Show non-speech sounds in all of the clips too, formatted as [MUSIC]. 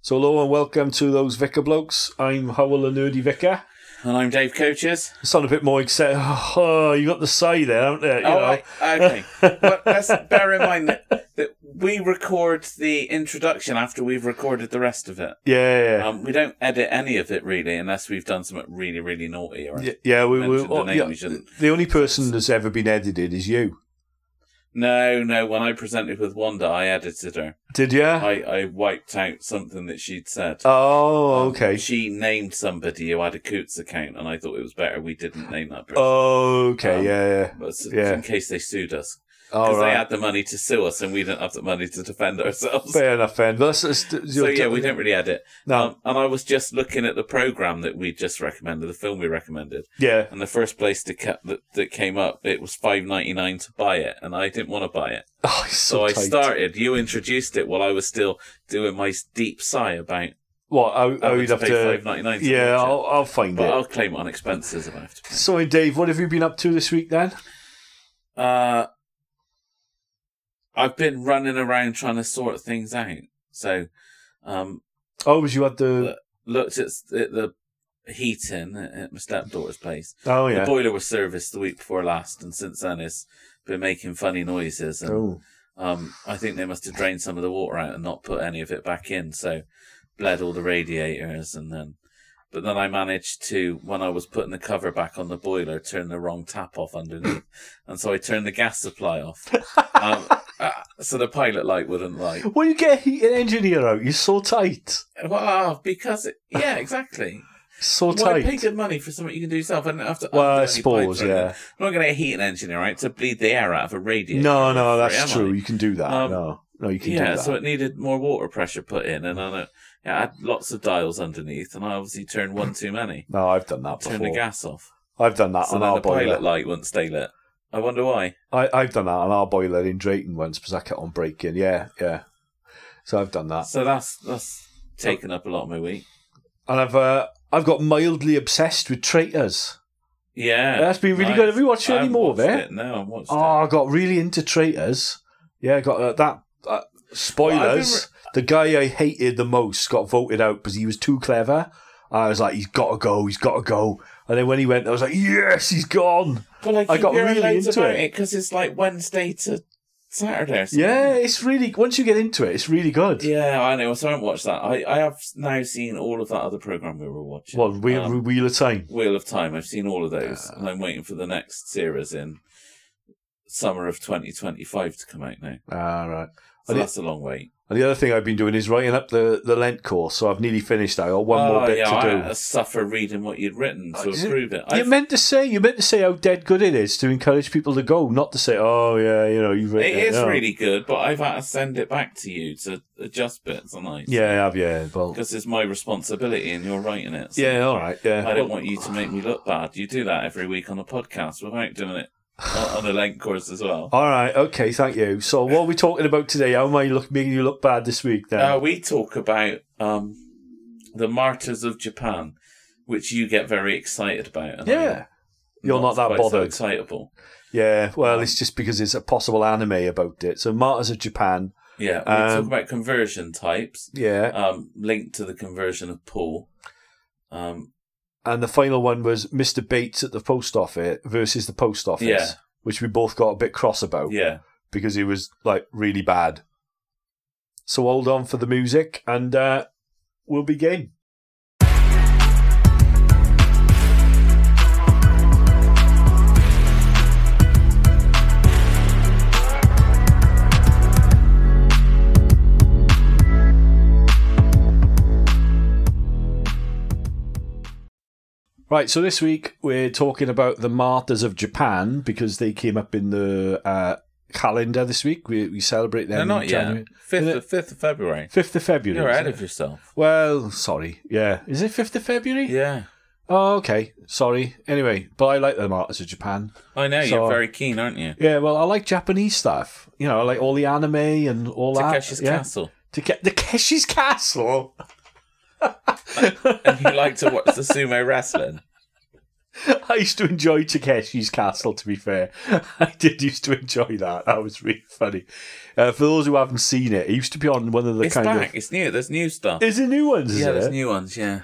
So hello and welcome to those Vicar Blokes. I'm Howell, the nerdy vicar. And I'm Dave Coaches. I sound a bit more excited. [LAUGHS] Oh, you got the sigh there, haven't you? you oh, know. [LAUGHS] I, okay. but let's bear in mind that, that we record the introduction after we've recorded the rest of it. yeah, yeah, yeah. Um, we don't edit any of it really, unless we've done something really, really naughty. Or yeah, yeah, we were. mentioned the name, we shouldn't. the only person that's ever been edited is you. no, no. When I presented with Wanda, I edited her. Did you? I, I wiped out something that she'd said. oh, okay. She named somebody who had a Coots account, and I thought it was better we didn't name that person. Okay, Um, yeah, yeah. But s- Oh, yeah. in case they sued us, All because they right. had the money to sue us, and we didn't have the money to defend ourselves. Fair enough, then. But that's, that's- so yeah, we don't really edit. No. Um, and I was just looking at the program that we just recommended, the film we recommended, yeah. [LAUGHS] and the first place to ca- that that came up, it was five ninety nine to buy it, and I didn't want to buy it, Oh, it's so, so I tight. started. You introduced it while I was still doing my deep sigh about What? I, I having would to Oh, have pay to. five ninety nine. Yeah, I'll, I'll find but it. I'll claim it on expenses if I have to. Pay. Sorry, Dave. What have you been up to this week then? Uh, I've been running around trying to sort things out, so um, Oh, was you at the? looked at s- at the heating at at my stepdaughter's place. Oh The yeah. boiler was serviced the week before last, and since then it's been making funny noises. And Oh. um, I think they must have drained some of the water out and not put any of it back in, so bled all the radiators. And then, but then I managed to, when I was putting the cover back on the boiler, turn the wrong tap [LAUGHS] off underneath, and so I turned the gas supply off. um, uh, so the pilot light wouldn't light. When you get a heating engineer out, you're so tight, Well, because it, yeah, exactly. so Why pay tight. good money for something you can do yourself? I don't have to. Well, I don't need to pay suppose, for it. yeah. I'm not going to heat an engine, all right, to bleed the air out of a radiator. No, no, for free, that's am I? true. You can do that. Um, no, no, you can Yeah, do that. so it needed more water pressure put in, and I, know, yeah, I had lots of dials underneath, and I obviously turned one too many. no, I've done that Turned the before. gas off, I've done that so on then our the pilot boiler. light wouldn't stay lit. I wonder why. I, I've done that on our boiler in Drayton once because I kept on breaking. Yeah, yeah. So I've done that, So that's that's taken up a lot of my week. and I've uh, I've got mildly obsessed with traitors. Yeah, That's been really good. Have you watched it I haven't anymore, watched there? it. No, I'm watched Oh, I got really into traitors. Yeah, I got uh, that. Uh, Well, I've been spoilers. The guy I hated the most got voted out because he was too clever. I was like, he's got to go. He's got to go. And then when he went, I was like, yes, he's gone. it. Well, I, I keep got hearing really loads into about it. it because it's like Wednesday to Saturday. Or something. Yeah, it's really once you get into it, it's really good. Yeah, I know. So I haven't watched that. I, I have now seen all of that other program we were watching. Well, Wheel, Um, Wheel of Time. Wheel of Time. I've seen all of those, and I'm waiting for the next series in summer of 2025 to come out now. All Ah, right. So And it- that's a long wait. And the other thing I've been doing is writing up the, the Lent course, so I've nearly finished. I got one One more bit Oh, yeah, to I do. had to suffer reading what you'd written to Uh, is it- approve it. you I've- meant to say you meant to say how dead good it is to encourage people to go, not to say, oh yeah, you know, you've it written it. is no. really good, but I've had to send it back to you to adjust bits, and I Yeah, I have yeah. Well, because it's my responsibility, and you're writing it. so yeah, all right, yeah. I don't want you to make me look bad. You do that every week on a podcast without doing it on on a length course as well. All right, okay, thank you. So, what are we talking about today? How am I look, making you look bad this week? Then, Uh, we talk about um, the martyrs of Japan, which you get very excited about. and yeah, I'm you're not that quite so bothered. excitable. yeah. Um, Well, it's just because it's a possible anime about it. So, Martyrs of Japan. uh, Yeah, we Um, talk about conversion types, Yeah, um, linked to the conversion of Paul. Um, and the final one was Mr. Bates at the post office versus the post office, Yeah. which we both got a bit cross about yeah, because it was like really bad. So, hold on for the music, and uh, we'll begin. Right, so this week we're talking about the martyrs of Japan because they came up in the uh, calendar this week. We, we celebrate them. no, not Oh, in yet. January. Fifth Is of, fifth of February. Fifth of February. You're is ahead it? of yourself. Well, sorry. Yeah, is it fifth of February? Yeah, Oh, okay. Sorry. Anyway, but I like the martyrs of Japan. I know. So- uh, you're very keen, aren't you? Yeah, well, I like Japanese stuff. You know, I like all the anime and all Takeshi's that. Yeah. Castle, Take- Takeshi's Castle. [LAUGHS] [LAUGHS] and you like to watch the sumo wrestling. I used to enjoy Takeshi's Castle, to be fair. [LAUGHS] I did used to enjoy that. That was really funny. Uh, for those who haven't seen it, it used to be on one of the it's kind back. of. It's new. There's new stuff. Is it new ones? Is yeah, it? there's new ones. Yeah.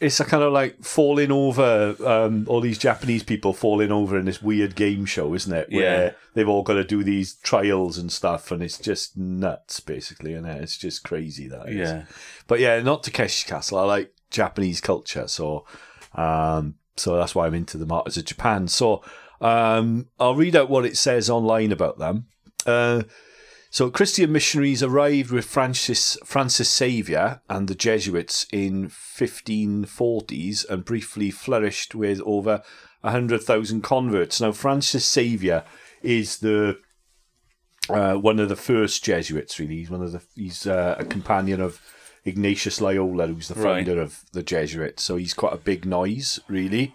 it's a kind of like falling over um, all these Japanese people falling over in this weird game show, isn't it? Where Yeah. they've all got to do these trials and stuff, and it's just nuts, basically, and it? it's just crazy that is. Yeah. But yeah, not Takeshi's Castle. I like Japanese culture, so um, so that's why I'm into the martyrs of Japan. So um, I'll read out what it says online about them. Uh, so Christian missionaries arrived with Francis Francis Xavier and the Jesuits in 1540s and briefly flourished with over 100,000 converts. Now Francis Xavier is the uh, one of the first Jesuits. Really, he's one of the he's uh, a companion of Ignatius Loyola, who's the Right. founder of the Jesuits. So he's quite a big noise, really.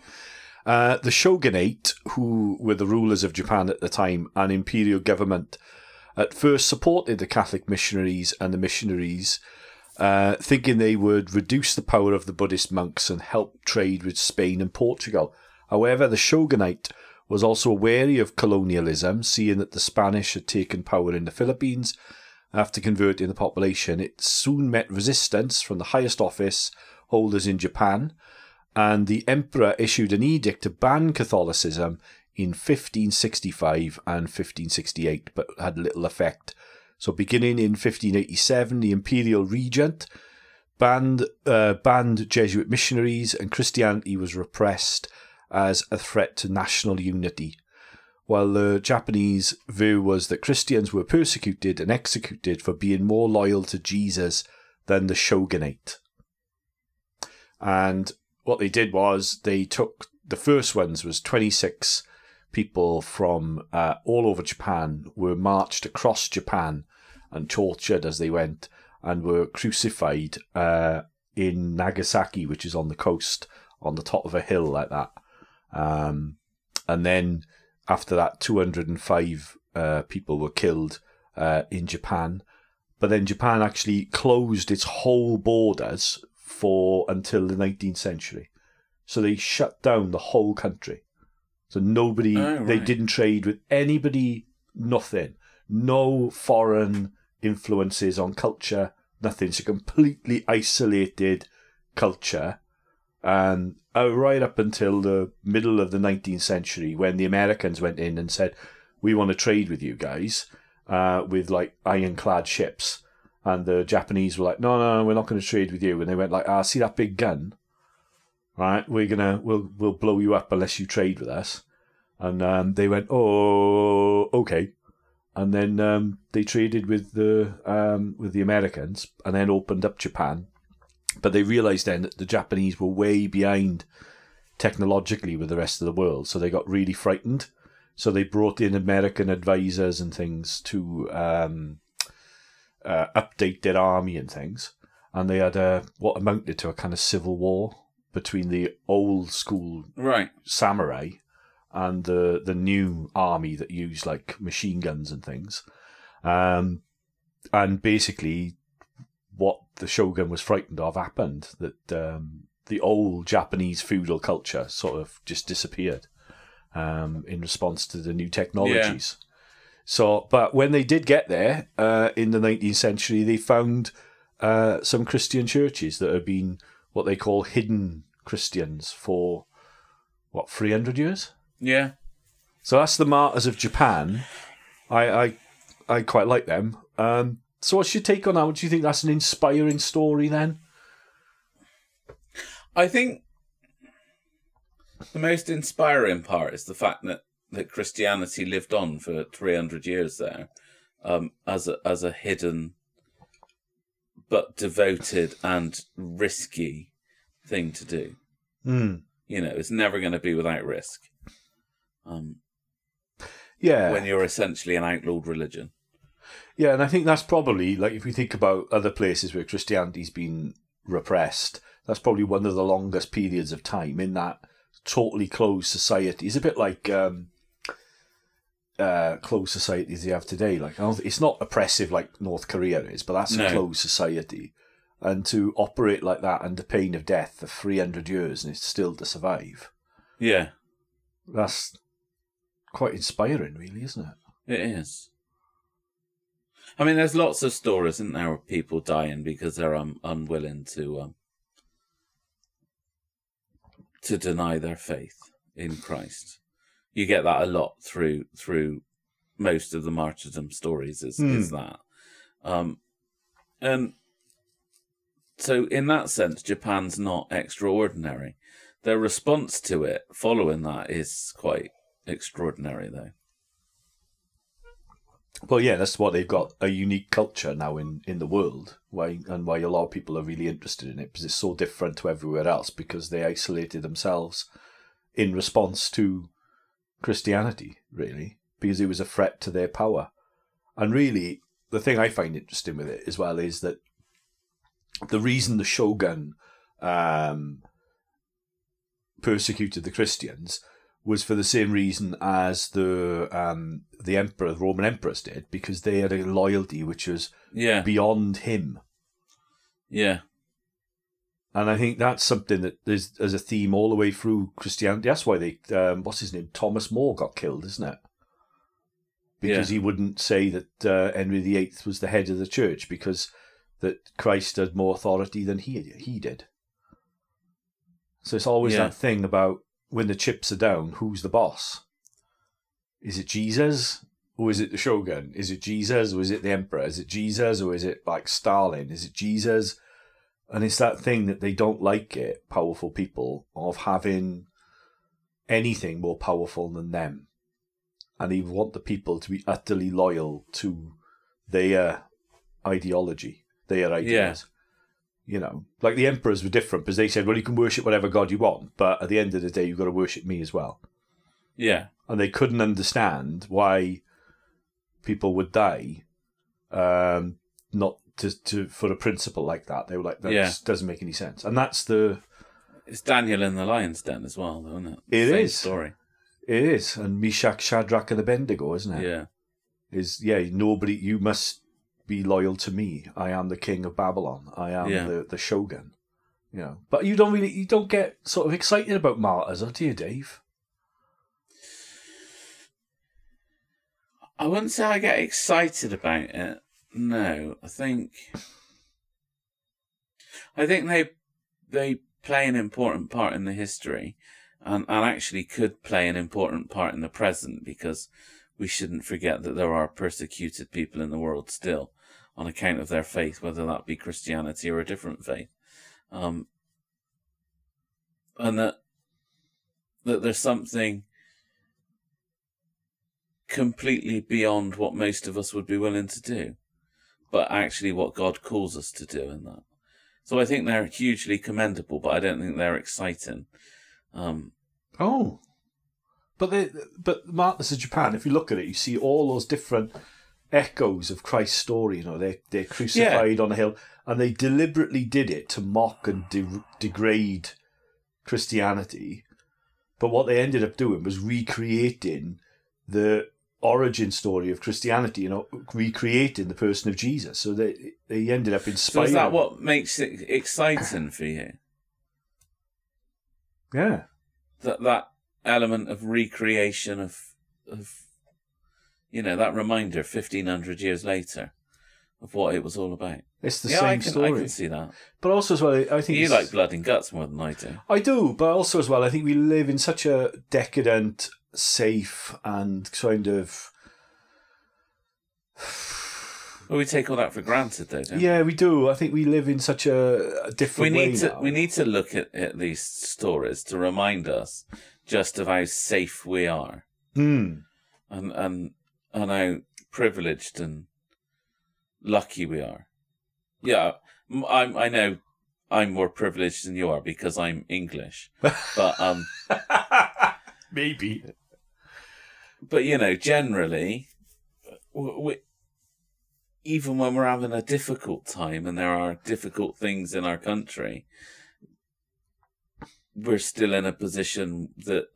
Uh, the shogunate, who were the rulers of Japan at the time, and imperial government, at first supported the Catholic missionaries and the missionaries, uh, thinking they would reduce the power of the Buddhist monks and help trade with Spain and Portugal. However, the shogunate was also wary of colonialism, seeing that the Spanish had taken power in the Philippines after converting the population. It soon met resistance from the highest office holders in Japan, and the emperor issued an edict to ban Catholicism in 1565 and 1568, but had little effect. So, beginning in 1587, the imperial regent banned uh, banned Jesuit missionaries, and Christianity was repressed as a threat to national unity. While the Japanese view was that Christians were persecuted and executed for being more loyal to Jesus than the shogunate. And what they did was they took the first ones was 26 people from uh, all over Japan were marched across Japan and tortured as they went and were crucified uh, in Nagasaki, which is on the coast, on the top of a hill like that. Um, and then after that, 205 uh, people were killed uh, in Japan. But then Japan actually closed its whole borders for until the 19th century. So they shut down the whole country. So nobody, Oh, they right. didn't trade with anybody, nothing. No foreign influences on culture, nothing. It's a completely isolated culture. And uh, right up until the middle of the 19th century, when the Americans went in and said, We want to trade with you guys uh, with like ironclad ships. And the Japanese were like, No, no, no we're not going to trade with you. And they went, like, Ah, see that big gun? Right, we're gonna we'll we'll blow you up unless you trade with us, and um, they went oh okay, and then um, they traded with the um, with the Americans, and then opened up Japan. But they realized then that the Japanese were way behind technologically with the rest of the world, so they got really frightened. So they brought in American advisors and things to um, uh, update their army and things, and they had a what amounted to a kind of civil war between the old school Right. samurai and the the new army that use like machine guns and things. Um, and basically, what the shogun was frightened of happened that um, the old Japanese feudal culture sort of just disappeared um, in response to the new technologies. So, but when they did get there uh, in the 19th century, they found uh, some Christian churches that had been what they call hidden Christians for what 300 years. Yeah. So that's the martyrs of Japan. I I, I quite like them. Um, so what's your take on that? Do you think that's an inspiring story then? I think the most inspiring part is the fact that, that Christianity lived on for 300 years there um, as a, as a hidden but devoted and risky thing to do. Mm. You know, it's never going to be without risk. Um, Yeah. When you're essentially an outlawed religion. Yeah, and I think that's probably like if we think about other places where Christianity's been repressed, that's probably one of the longest periods of time in that totally closed society. It's a bit like um, uh, closed societies you have today. Like I don't, it's not oppressive like North Korea is, but that's a No. closed society. And to operate like that under pain of death for three hundred years and it's still to survive Yeah, That's quite inspiring, really, isn't it? it is. I mean, there's lots of stories, isn't there, of people dying because they're um, unwilling to um, to deny their faith in Christ. You get that a lot through through most of the martyrdom stories. Is Hmm. is that? Um, and so, in that sense, Japan's not extraordinary. Their response to it following that is quite extraordinary, though. Well, yeah, that's what they've got a unique culture now in, in the world, why, and why a lot of people are really interested in it because it's so different to everywhere else because they isolated themselves in response to Christianity, really, because it was a threat to their power. And really, the thing I find interesting with it as well is that the reason the shogun um, persecuted the Christians was for the same reason as the um, the emperor, the Roman emperors did, because they had a loyalty which was Yeah, beyond him. yeah, And I think that's something that is as a theme all the way through Christianity. That's why they, um, what's his name, Thomas More got killed, isn't it? Because he wouldn't say that uh, Henry VIII was the head of the church because that Christ had more authority than he he did. So it's always Yeah. that thing about when the chips are down, who's the boss? Is it Jesus or is it the shogun? Is it Jesus or is it the emperor? Is it Jesus or is it like Stalin? Is it Jesus? And it's that thing that they don't like it, powerful people, of having anything more powerful than them. And they want the people to be utterly loyal to their ideology, their ideas. You know, like the emperors were different because they said, well, you can worship whatever God you want, but at the end of the day, you've got to worship me as well. yeah. And they couldn't understand why people would die um, not to, to for a principle like that. They were like, that Yeah. just doesn't make any sense. And that's the It's Daniel in the Lion's Den as well, though, isn't it? It Same is. story. It is, and Meshach, Shadrach, and Abednego, isn't it? Yeah. Is yeah, nobody. You must be loyal to me. I am the king of Babylon. I am Yeah. the, the shogun. You know, but you don't really, you don't get sort of excited about martyrs, do you, Dave? I wouldn't say I get excited about it. No, I think I think they they play an important part in the history and, and actually could play an important part in the present because we shouldn't forget that there are persecuted people in the world still on account of their faith, whether that be Christianity or a different faith. Um, and that that there's something completely beyond what most of us would be willing to do, but actually what God calls us to do in that. So I think they're hugely commendable, but I don't think they're exciting. Um, Oh, but they, but martyrs of Japan. If you look at it, you see all those different echoes of Christ's story. You know, they they're crucified on a hill, and they deliberately did it to mock and de- degrade Christianity. But what they ended up doing was recreating the origin story of Christianity. You know, recreating the person of Jesus. So they they ended up so inspiring. is that what makes it exciting for you? Yeah. That that element of recreation of of you know that reminder fifteen hundred years later of what it was all about. It's the yeah, same I can, story, I can see that. but also as well, I think You it's- like blood and guts more than I do. I do, but also as well, I think we live in such a decadent, safe, and kind of Well, we take all that for granted, though. Don't we? yeah, we do. I think we live in such a, a we different way need to now. we need to look at, at these stories to remind us just of how safe we are [LAUGHS] Mm, and and and how privileged and lucky we are yeah m- i'm i know i'm more privileged than you are because i'm english but um maybe. but you know generally w- we, even when we're having a difficult time and there are difficult things in our country we're still in a position that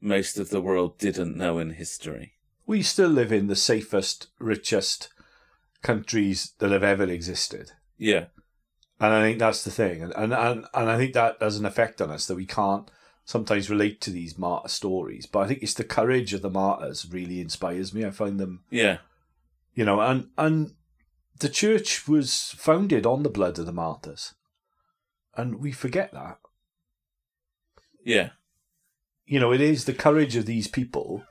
most of the world didn't know in history We still live in the safest, richest countries that have ever existed. yeah And I think that's the thing. And, and, and, and I think that has an effect on us that we can't sometimes relate to these martyr stories, but I think it's the courage of the martyrs really inspires me. I find them, Yeah. you know, and and the church was founded on the blood of the martyrs, and we forget that. Yeah. you know, it is the courage of these people,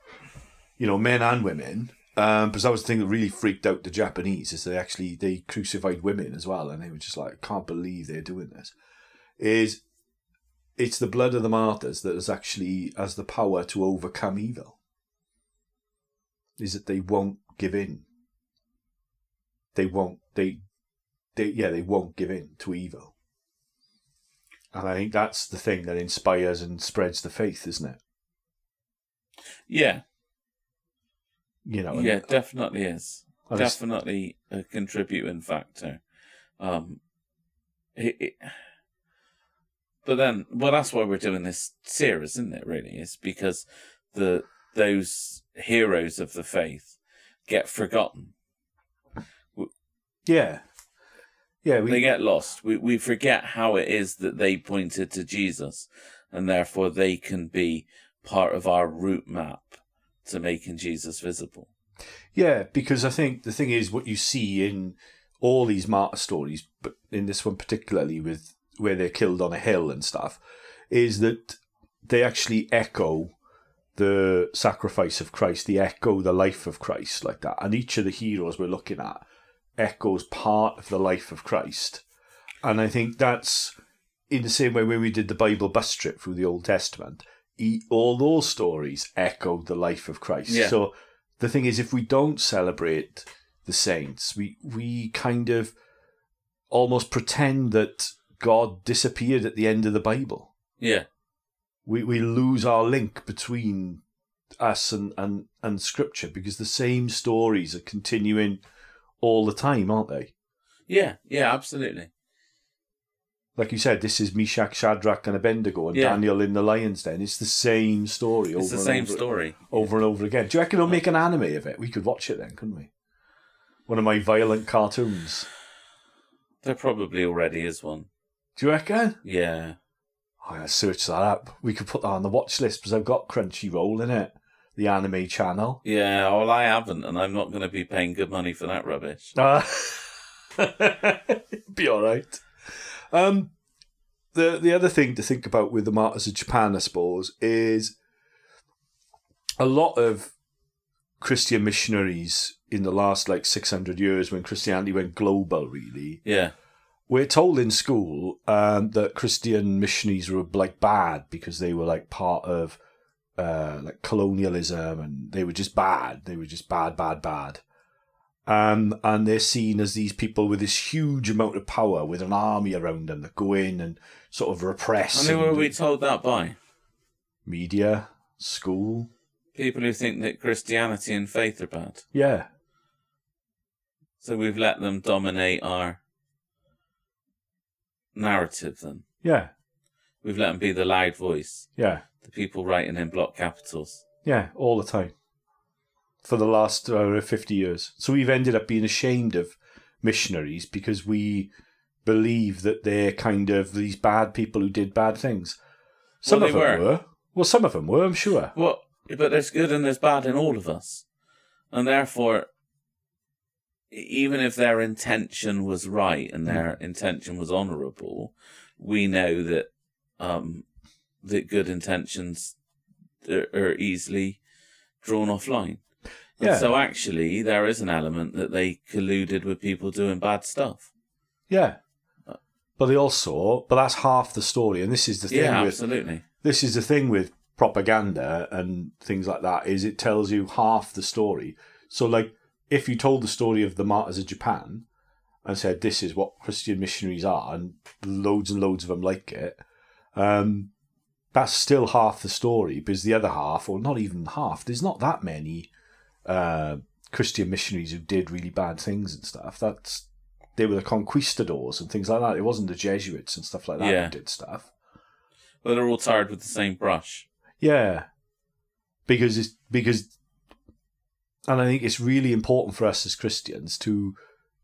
you know, men and women. Um, because that was the thing that really freaked out the Japanese is they actually they crucified women as well, and they were just like, I can't believe they're doing this. Is it's the blood of the martyrs that has actually has the power to overcome evil. Is that they won't give in. They won't. They, they yeah, they won't give in to evil. And I think that's the thing that inspires and spreads the faith, isn't it? Yeah. You know, and- Yeah, definitely is. and it's- definitely a contributing factor. Um, it, it, but then, well, that's why we're doing this series, isn't it? Really, is because the those heroes of the faith get forgotten. yeah, yeah. We, they get lost. We we forget how it is that they pointed to Jesus, and therefore they can be part of our route map to making Jesus visible. yeah, because I think the thing is what you see in all these martyr stories, but in this one particularly with where they're killed on a hill and stuff, is that they actually echo the sacrifice of Christ. They echo the life of Christ like that, and each of the heroes we're looking at echoes part of the life of Christ, and I think that's in the same way when we did the Bible bus trip through the Old Testament, e- all those stories echoed the life of Christ. Yeah. So the thing is, if we don't celebrate the saints, we we kind of almost pretend that God disappeared at the end of the Bible. Yeah, We we lose our link between us and and, and Scripture because the same stories are continuing all the time, aren't they? yeah, yeah, absolutely. like you said, this is Meshach, Shadrach, and Abednego, and Yeah. Daniel in the lion's den. It's the same story. It's over the and same over, story. Over and over again. Do you reckon they'll make an anime of it? We could watch it then, couldn't we? One of my violent cartoons. There probably already is one. Do you reckon? Yeah. Oh, I search that up. We could put that on the watch list because I've got Crunchyroll in it, the anime channel. Yeah, well, I haven't, and I'm not going to be paying good money for that rubbish. Uh, [LAUGHS] be all right. Um, the the other thing to think about with the martyrs of Japan, I suppose, is a lot of Christian missionaries in the last like six hundred years, when Christianity went global, really, Yeah, we're told in school um, that Christian missionaries were like bad because they were like part of uh, like colonialism and they were just bad. They were just bad, bad, bad. Um, and they're seen as these people with this huge amount of power, with an army around them that go in and sort of repress and who and are we told that by? media, school. People who think that Christianity and faith are bad. Yeah, So we've let them dominate our narrative. Then yeah, we've let them be the loud voice, yeah, the people writing in block capitals. yeah, all the time for the last uh, 50 years. So we've ended up being ashamed of missionaries because we believe that they're kind of these bad people who did bad things. Some Well, of they them were. were. Well, some of them were, I'm sure. Well, but there's good and there's bad in all of us, and therefore, e- even if their intention was right and their intention was honourable, we know that um, that good intentions are, are easily drawn offline. And Yeah. So actually, there is an element that they colluded with people doing bad stuff. Yeah. But they also, but that's half the story. And this is the thing Yeah, with absolutely. this is the thing with propaganda and things like that is it tells you half the story so like if you told the story of the martyrs of japan and said this is what christian missionaries are and loads and loads of them like it um, that's still half the story because the other half or not even half there's not that many uh, christian missionaries who did really bad things and stuff that's they were the conquistadors and things like that it wasn't the jesuits and stuff like that Yeah. who did stuff But they're all tarred with the same brush. yeah, because it's because, and I think it's really important for us as Christians to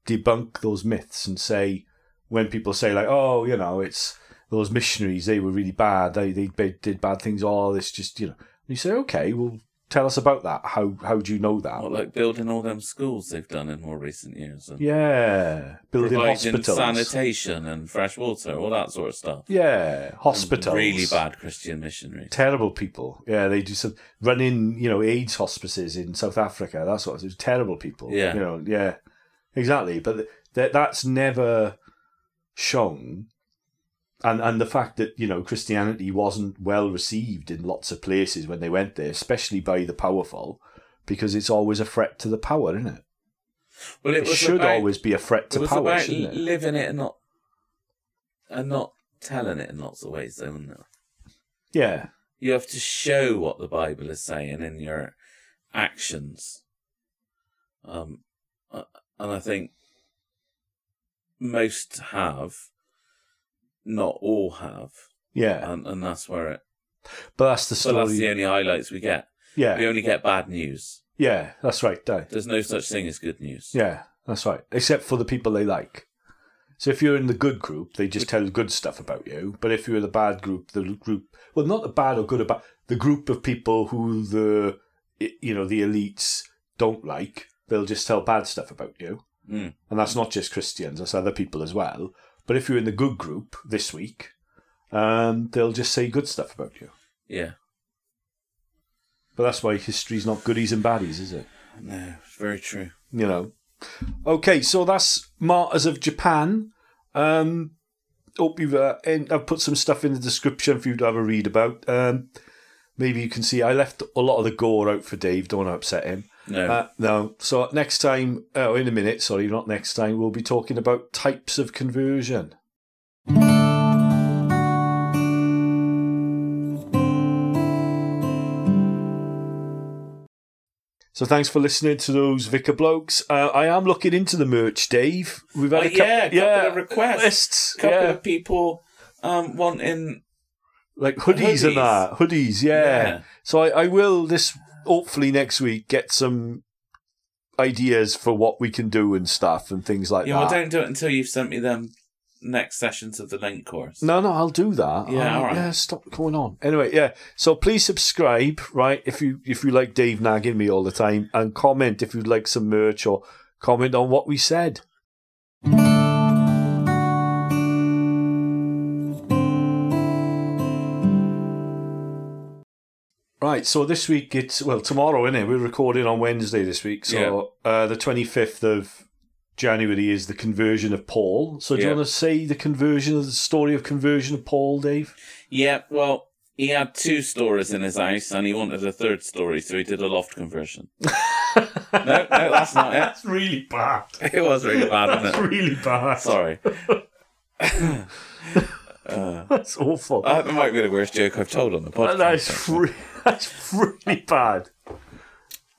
debunk those myths and say when people say like, oh, you know, it's those missionaries, they were really bad. They they ba- did bad things. All this just you know. And you say, okay, well, tell us about that. How how do you know that? Well, uh, like building all them schools they've done in more recent years and yeah, building providing hospitals. sanitation and fresh water, all that sort of stuff. yeah, hospitals. Really bad Christian [LAUGHS] missionaries. Terrible people. Yeah, they do some running, you know, AIDS hospices in South Africa. That sort of thing. Terrible people. Yeah. you know, yeah, exactly. But th- that that's never shown, and and the fact that you know Christianity wasn't well received in lots of places when they went there, especially by the powerful, because it's always a threat to the power, isn't it? Well, It, should about- always be a threat it to was power, about shouldn't it? living it and not and not telling it in lots of ways, though. Isn't it? Yeah, You have to show what the Bible is saying in your actions. Um, uh, and I think most have, not all have, yeah. and, and that's where it. But that's the So story. Uh, that's the only highlights we get. yeah, We only get bad news. yeah, that's right. Dave. There's no such thing as good news. Yeah, that's right. Except for the people they like. So if you're in the good group, they just tell good stuff about you. But if you're the bad group, the group well, not the bad or good or bad, the group of people who the you know the elites don't like, they'll just tell bad stuff about you. Mm. And that's not just Christians; that's other people as well. But if you're in the good group this week, um, they'll just say good stuff about you. Yeah. But that's why history's not goodies and baddies, is it? No, it's very true. you know. Okay, so that's Martyrs of Japan. Um, hope you've uh, and I've put some stuff in the description for you to have a read about. Um, maybe you can see I left a lot of the gore out for Dave. Don't want to upset him. No. Uh, no. So next time, oh, in a minute, sorry, not next time. We'll be talking about types of conversion. So thanks for listening to those Vicar blokes. Uh, I am looking into the merch, Dave. We've had Oh, a cou- yeah, couple yeah, of requests. lists, couple yeah. of people um, wanting like hoodies, Hoodies. and that hoodies yeah, Yeah. so I, I will this hopefully next week get some ideas for what we can do and stuff and things like yeah, well, that don't do it until you've sent me them next sessions of the link course. no no i'll do that Yeah, I'll- all right. yeah stop going on anyway yeah so please subscribe right if you if you like dave nagging me all the time and comment if you'd like some merch or comment on what we said Right, so this week it's well tomorrow, isn't it? We're recording on Wednesday this week, so uh, the twenty fifth of January is the conversion of Paul. So do Yeah. you want to say the conversion of the story of conversion of Paul, Dave? Yeah, well, he had two stores in his house and he wanted a third story, so he did a loft [LAUGHS] conversion. no, no, that's not it. really bad. It was really bad, wasn't it? really bad. [LAUGHS] [LAUGHS] Sorry. That's awful. That might be the worst joke I've told on the podcast. that's re- that's really bad.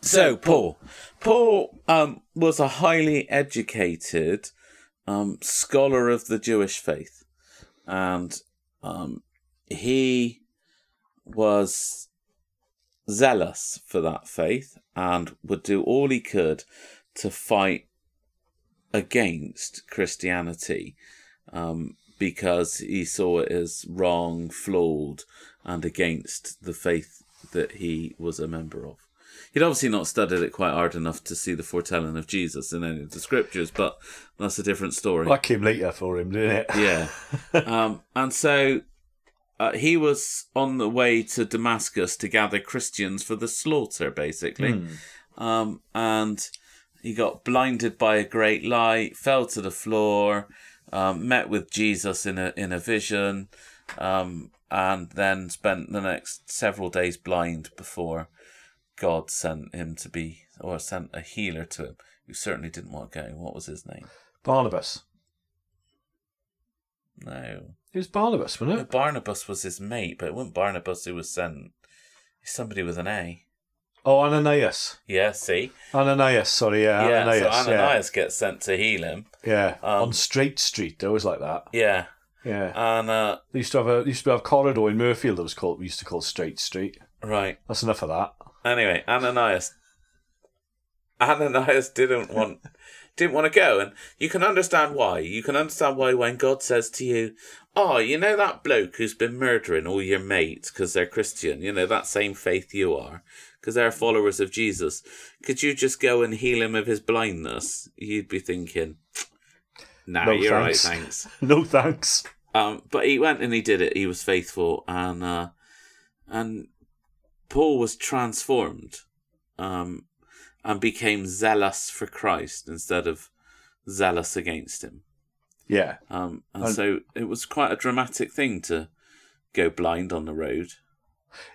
So Paul, Paul um, was a highly educated um, scholar of the Jewish faith, and um, he was zealous for that faith and would do all he could to fight against Christianity um, because he saw it as wrong, flawed, and against the faith that he was a member of. He'd obviously not studied it quite hard enough to see the foretelling of Jesus in any of the scriptures, but that's a different story. That came later for him, didn't it? Yeah. um, and so uh, he was on the way to Damascus to gather Christians for the slaughter, basically. Um, and he got blinded by a great light, fell to the floor, um, met with Jesus in a in a vision, um, and then spent the next several days blind before God sent him to be or sent a healer to him who certainly didn't want to go. What was his name? Barnabas. No. It was Barnabas, wasn't But it? Barnabas was his mate, but it wasn't Barnabas who was sent. It's somebody with an A. Oh, Ananias. Yeah, see? Ananias, sorry, yeah, yeah, Ananias, so Ananias gets sent to heal him. yeah, yeah. Um, on Straight Street, they always like that. Yeah. Yeah, And, uh, they used to have a they used to have a corridor in Murfield that was called we used to call Straight Street. right. That's enough of that. [LAUGHS] Anyway, Ananias. Ananias didn't want didn't want to go. And you can understand why. You can understand why when God says to you, Oh, you know that bloke who's been murdering all your mates because they're Christian, you know, that same faith you are, because they're followers of Jesus. Could you just go and heal him of his blindness? You'd be thinking, Nah, No, you're thanks. right, thanks. No thanks. Um, but he went and he did it. He was faithful, and uh, and Paul was transformed, um, and became zealous for Christ instead of zealous against him. Yeah. Um, and And- so it was quite a dramatic thing to go blind on the road.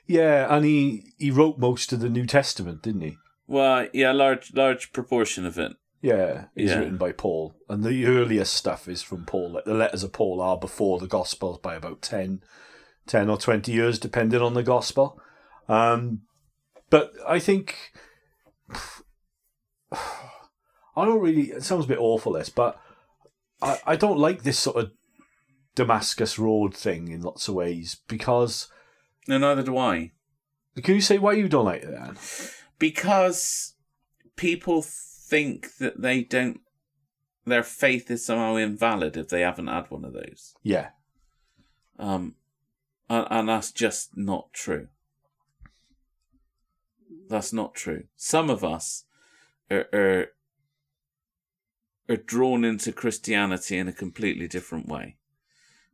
Yeah, and he, he wrote most of the New Testament, didn't he? Well, yeah, large large proportion of it. Yeah, is Yeah. written by Paul. And the earliest stuff is from Paul. Like the letters of Paul are before the Gospels by about 10, 10 or 20 years, depending on the Gospel. Um, but I think. [SIGHS] I don't really. It sounds a bit awful, this, but I, I don't like this sort of Damascus Road thing in lots of ways because. No, neither do I. Can you say why you don't like it, Anne? because people think that they don't their faith is somehow invalid if they haven't had one of those Yeah. um and, and that's just not true that's not true some of us are, are are drawn into christianity in a completely different way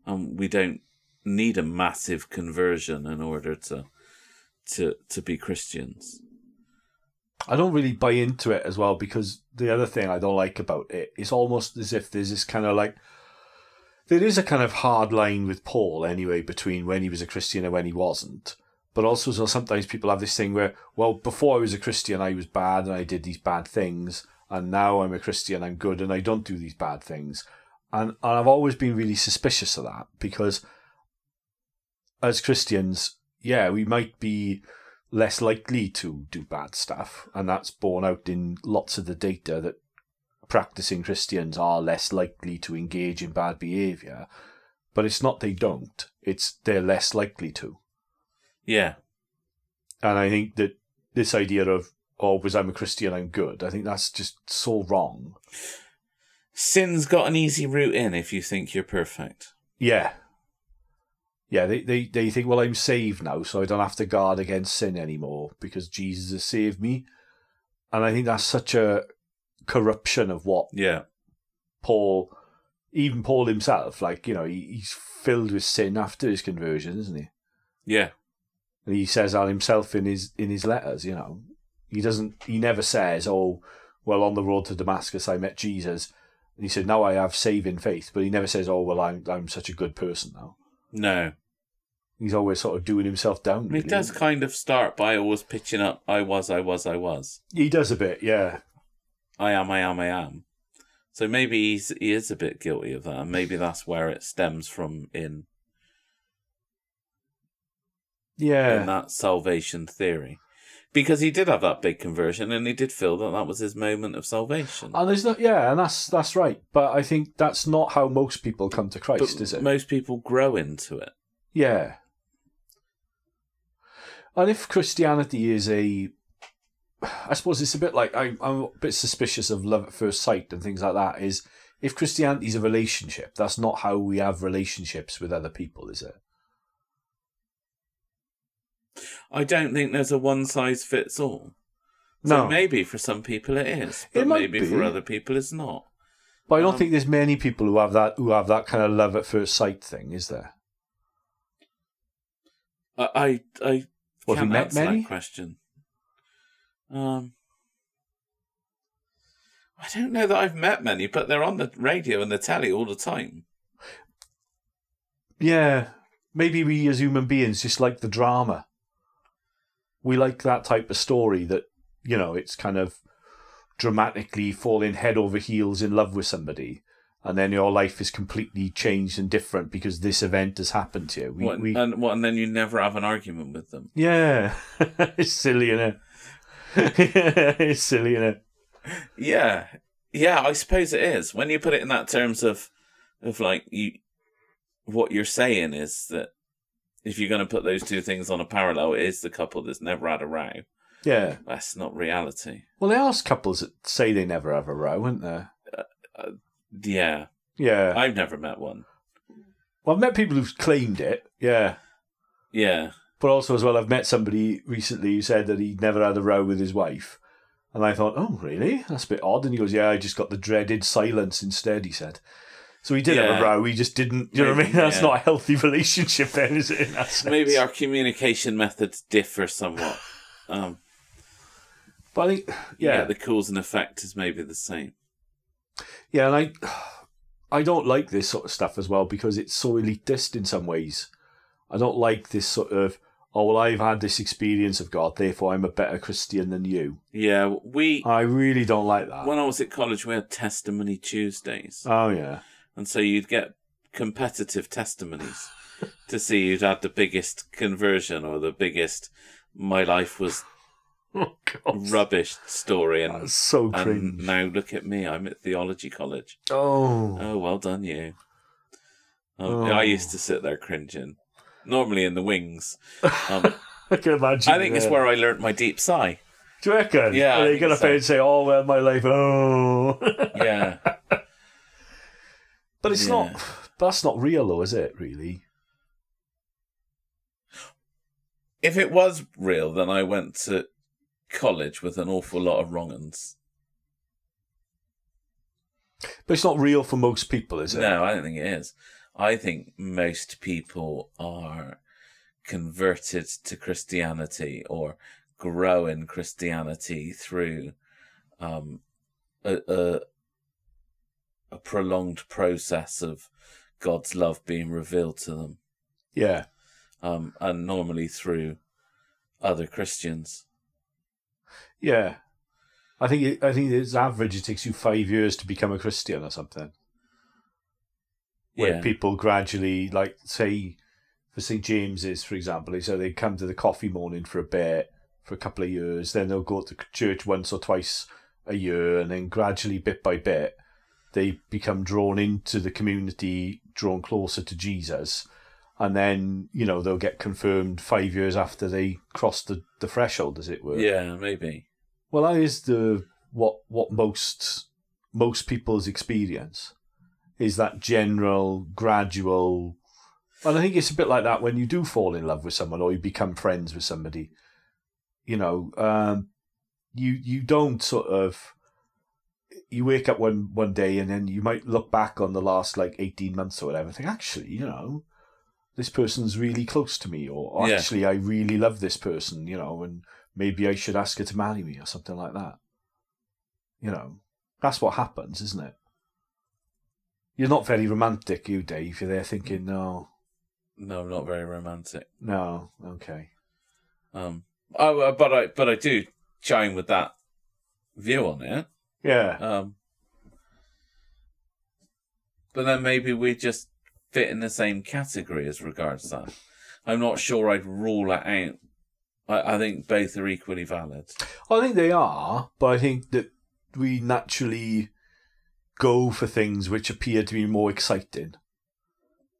and we don't need a massive conversion in order to to to be christians I don't really buy into it as well because the other thing I don't like about it, it's almost as if there's this kind of like there is a kind of hard line with Paul anyway between when he was a Christian and when he wasn't. But also, so sometimes people have this thing where, well, before I was a Christian, I was bad and I did these bad things, and now I'm a Christian, I'm good, and I don't do these bad things. And, and I've always been really suspicious of that because as Christians, yeah, we might be less likely to do bad stuff, and that's borne out in lots of the data that practicing Christians are less likely to engage in bad behavior. But it's not they don't; it's they're less likely to. yeah And I think that this idea of "oh, because I'm a Christian, I'm good," I think that's just so wrong. Sin's got an easy route in if you think you're perfect. Yeah. Yeah, they, they, they think, well, I'm saved now, so I don't have to guard against sin anymore because Jesus has saved me. And I think that's such a corruption of what Yeah. Paul, even Paul himself, like, you know, he, he's filled with sin after his conversion, isn't he? Yeah. And he says that himself in his in his letters, you know. He doesn't he never says, Oh, well on the road to Damascus I met Jesus and he said, Now I have saving faith but he never says, Oh well I'm I'm such a good person now. No. He's always sort of doing himself down. He Really. does kind of start by always pitching up I was, I was, I was. He does a bit, yeah. I am, I am, I am. So maybe he's, he is a bit guilty of that. And maybe that's where it stems from in, in Yeah. that salvation theory. Because he did have that big conversion and he did feel that that was his moment of salvation. And there's not yeah, and that's that's right. But I think that's not how most people come to But Christ, is it? most people grow into it. Yeah. And if Christianity is a, I suppose it's a bit like I'm, I'm a bit suspicious of love at first sight and things like that. Is if Christianity is a relationship, that's not how we have relationships with other people, is it? I don't think there's a one size fits all. So No, maybe for some people it is, but It might maybe be. for other people it's not. but I don't um, think there's many people who have that who have that kind of love at first sight thing, is there? I I, I Well, have can't you met answer many? that question. Um, I don't know that I've met many, but they're on the radio and the telly all the time. Yeah, maybe we as human beings just like the drama. We like that type of story that, you know, it's kind of dramatically falling head over heels in love with somebody. And then your life is completely changed and different because this event has happened to you. We, what, uh, we, And what, and then you never have an argument with them. yeah, [LAUGHS] it's silly, innit? [LAUGHS] it's silly, innit? Yeah, yeah. I suppose it is when you put it in that terms of of like you. What you're saying is that if you're going to put those two things on a parallel, it is the couple that's never had a row. Yeah. That's not reality. Well, there are couples that say they never have a row, aren't there? Yeah, Yeah. I've never met one. Well, I've met people who've claimed it. Yeah. Yeah, But also, as well, I've met somebody recently who said that he'd never had a row with his wife. And I thought, oh, really? That's a bit odd. And he goes, yeah, I just got the dreaded silence instead, he said. So he did have Yeah. a row, he just didn't. You know what I Maybe, mean? That's yeah. not a healthy relationship, then, is it? In that sense? maybe our communication methods [SIGHS] differ somewhat. Um, But I think, yeah. yeah. the cause and effect is maybe the same. Yeah, and I, I don't like this sort of stuff as well because it's so elitist in some ways. I don't like this sort of oh well, I've had this experience of God, therefore I'm a better Christian than you. Yeah, we I really don't like that. when I was at college, we had Testimony Tuesdays, oh [LAUGHS] yeah, and so you'd get [SIGHS] competitive testimonies to see who'd had the biggest conversion or the biggest "my [LAUGHS] life was oh God, rubbish" story, and that's so and cringe. now look at me, I'm at theology college. [LAUGHS] oh, Oh, well done, you. Oh, Oh. I used to sit there cringing, normally in the [LAUGHS] wings. Um, I can imagine. I think it's yeah. where I learnt my deep sigh. Do you reckon? Yeah, I Are they think gonna so. so. say, "Oh well, my life." [LAUGHS] Oh, Yeah, but it's Yeah. not. But that's not real, though, is it? Really? if it was real, then I went to college with an awful lot of wrong uns. But it's not real for most people, is it? No, I don't think it is. I think most people are converted to Christianity or grow in Christianity through um, a, a, a prolonged process of God's love being revealed to them, Yeah. um, and normally through other Christians. Yeah, I think it, I think it's average. It takes you five years to become a Christian or something. Where Yeah. people gradually, like say, for St James's, for example, so they come to the coffee morning for a bit for a couple of years, then they'll go to church once or twice a year, and then gradually, bit by bit, they become drawn into the community, drawn closer to Jesus. And then, you know, they'll get confirmed five years after they cross the, the threshold, as it were. Yeah, maybe. Well, that is the what what most most people's experience is that general gradual. And I think it's a bit like that when you do fall in love with someone or you become friends with somebody. You know, um, you you don't sort of you wake up one one day and then you might look back on the last like eighteen months or whatever and think actually you know this person's really close to me or, or Yeah. actually I really love this person you know and maybe I should ask her to marry me or something like that. You know, that's what happens, isn't it? You're not very romantic, you Dave. You're there thinking, no, No, I'm not very romantic. no, okay. Um, oh, uh, but I but I do chime with that view on it. Yeah, Um, but then maybe we just fit in the same category as regards that. I'm not sure I'd rule that out. I, I think both are equally valid. I think they are, but I think that we naturally go for things which appear to be more exciting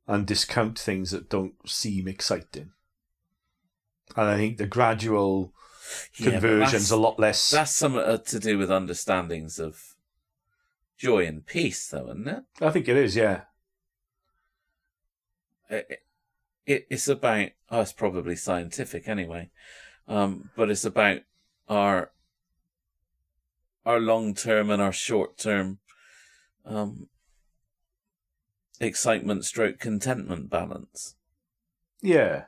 and discount things that don't seem exciting. And I think the gradual Yeah, but conversion's that's- a lot less. That's some uh, to do with understandings of joy and peace, though, isn't it? I think it is, yeah. it, it it's about oh, it's probably scientific anyway, um, but it's about our our long term and our short term um, excitement stroke contentment balance. Yeah.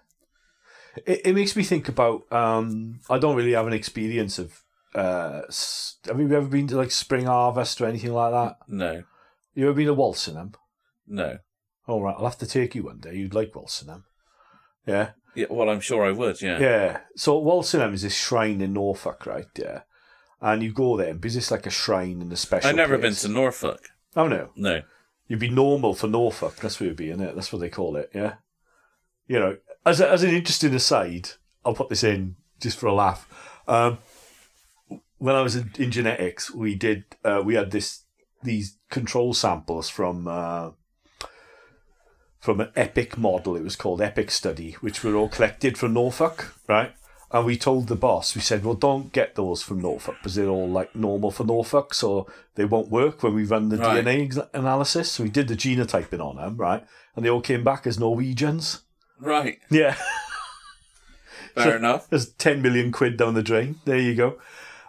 It, it makes me think about. Um, I don't really have an experience of. Uh, s- have you ever been to like Spring Harvest or anything like that? No, You ever been to Walsingham? no. All right, I'll have to take you one day. You'd like Walsingham. Yeah. Yeah, well, I'm sure I would. Yeah, Yeah. So Walsingham is this shrine in Norfolk, right? Yeah. And you go there because it's like a shrine in a special. I've never place. been to Norfolk. Oh no. No, You'd be normal for Norfolk. That's what you'd be, innit? That's what they call it, yeah? You know, as, a, as an interesting aside, I'll put this in just for a laugh. Um, when I was in, in genetics, we did, uh, we had this, these control samples from, uh, from an EPIC model. It was called EPIC study, which were all collected from Norfolk, right? And we told the boss, we said, well, don't get those from Norfolk because they're all like normal for Norfolk, so they won't work when we run the Right. DNA ex- analysis. So we did the genotyping on them, right? And they all came back as Norwegians. Right. Yeah. [LAUGHS] Fair [LAUGHS] enough. There's 10 million quid down the drain. There you go.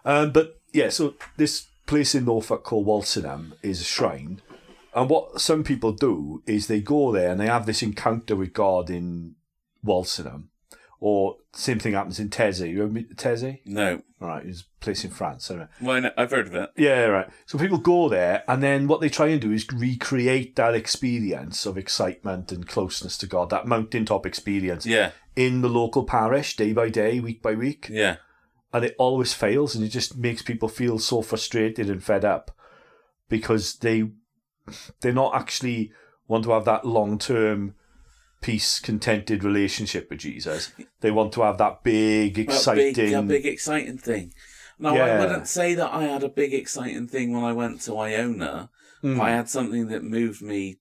Um, but yeah, so this place in Norfolk called Walsingham is a shrine. And what some people do is they go there and they have this encounter with God in Walsingham. Or same thing happens in Teze. You remember Teze? No. All right, it's a place in France. I don't know. Well, no, I've heard of it. Yeah, right. So people go there, and then what they try and do is recreate that experience of excitement and closeness to God, that mountaintop experience Yeah. in the local parish, day by day, week by week Yeah. and it always fails and it just makes people feel so frustrated and fed up because they they're not actually want to have that long term peace contented relationship with Jesus. They want to have that big Well, exciting big- a big exciting thing. Now, I Yeah. wouldn't say that I had a big exciting thing when I went to Iona. Mm. I had something that moved me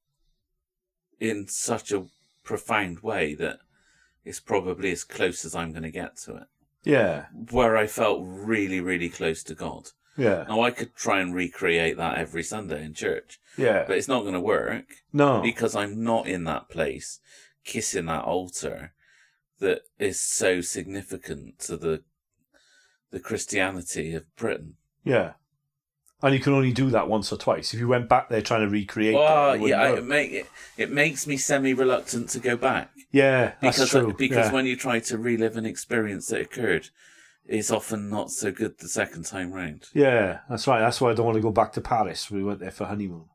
in such a profound way that it's probably as close as I'm going to get to it. yeah Where I felt really, really close to God. yeah Now, I could try and recreate that every Sunday in church, yeah but it's not going to work no because I'm not in that place kissing that altar that is so significant to the the Christianity of Britain. yeah and you can only do that once or twice if you went back there trying to recreate Well, that, you wouldn't yeah, it know. make it, it makes me semi reluctant to go back yeah that's because uh, true because yeah. when you try to relive an experience that occurred, it's often not so good the second time round. yeah that's right that's why I don't want to go back to Paris we went there for honeymoon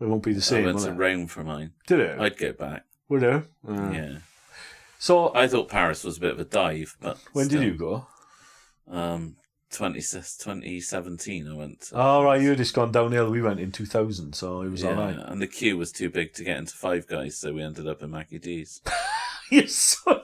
it won't be the I same went will to it? Rome for mine. did it I'd go back. Would you? Yeah, So I thought Paris was a bit of a dive, but when still. did you go? Um, 20, 2017 I went. To. Oh right, you had just gone downhill. We went in two thousand, so it was Yeah, alright. and the queue was too big to get into Five Guys, so we ended up in Mackie D's. You're [LAUGHS] so.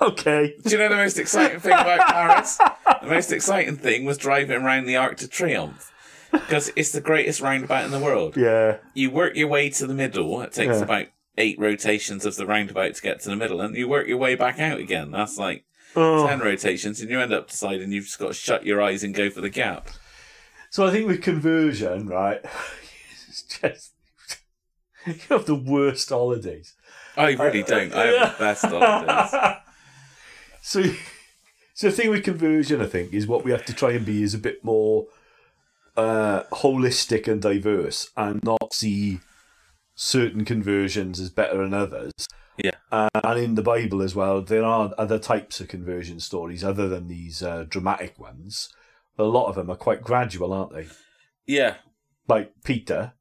okay. Do you know the most exciting thing about Paris? The most exciting thing was driving around the Arc de Triomphe. Because it's the greatest roundabout in the world. Yeah. You work your way to the middle. It takes Yeah. about eight rotations of the roundabout to get to the middle, and you work your way back out again. That's like Oh. ten rotations, and you end up deciding you've just got to shut your eyes and go for the gap. So I think with conversion, right? [LAUGHS] it's just [LAUGHS] you have the worst holidays. I really don't. I have [LAUGHS] the best holidays. so, [LAUGHS] so the thing with conversion, I think, is what we have to try and be is a bit more uh, holistic and diverse, and not see certain conversions as better than others. Yeah. Uh, and in the Bible as well, there are other types of conversion stories other than these uh, dramatic ones. A lot of them are quite gradual, aren't they? Yeah, like Peter,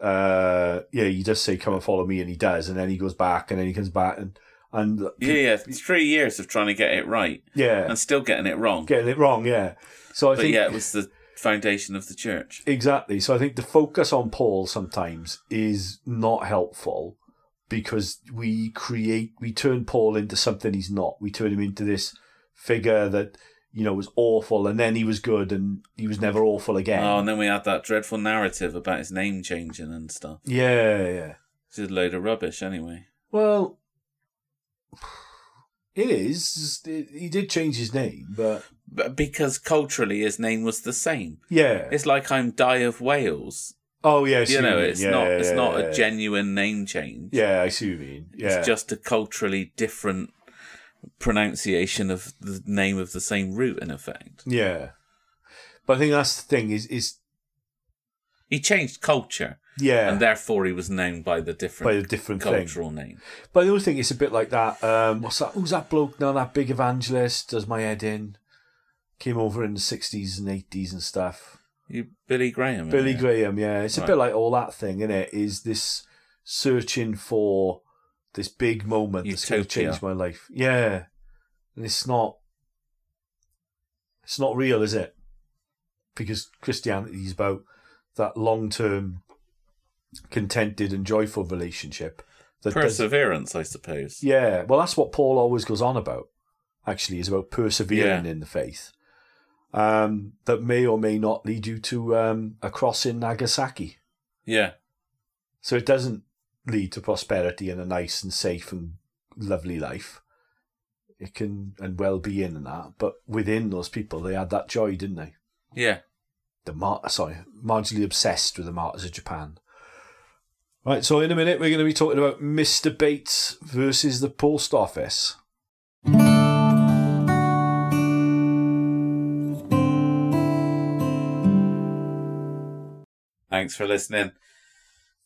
uh, yeah, he does say, "Come and follow me," and he does, and then he goes back, and then he comes back, and and yeah, yeah. Three years of trying to get it right yeah, and still getting it wrong. getting it wrong, yeah. So I but think yeah, it was the foundation of the church. exactly. So I think the focus on Paul sometimes is not helpful because we create, we turn Paul into something he's not. We turn him into this figure that you know was awful, and then he was good, and he was never awful again. Oh, and then we had that dreadful narrative about his name changing and stuff. yeah, yeah. It's a load of rubbish, anyway. Well, it is. It- He did change his name, but But because culturally, his name was the same. yeah. It's like I'm Die of Wales. oh yeah, I see You what know, mean. it's Yeah, not. yeah, It's yeah, not yeah. a genuine name change. Yeah, I see what you mean. Yeah, It's just a culturally different pronunciation of the name of the same root. In effect, yeah. But I think that's the thing. Is is he changed culture, yeah. and therefore he was known by the different by a different thing. cultural name. But the other thing, it's a bit like that. Um, what's that? Who's that bloke now? That big evangelist does my head in. Came over in the sixties and eighties and stuff. You, Billy Graham. Billy yeah. Graham, yeah. It's a Right. bit like all that thing, isn't it? Is this searching for this big moment that's going to Utopia. change my life? Yeah, and it's not. It's not real, is it? Because Christianity is about that long-term, contented and joyful relationship. That does- Perseverance, I suppose. yeah, well, that's what Paul always goes on about. Actually, is about persevering in the faith. Um, that may or may not lead you to um, a cross in Nagasaki. Yeah. So it doesn't lead to prosperity and a nice and safe and lovely life, it can and well being and that. But within those people, they had that joy, didn't they? Yeah. The mar- sorry, marginally obsessed with the martyrs of Japan. Right, so in a minute we're going to be talking about Mr. Bates versus the post office. Thanks for listening.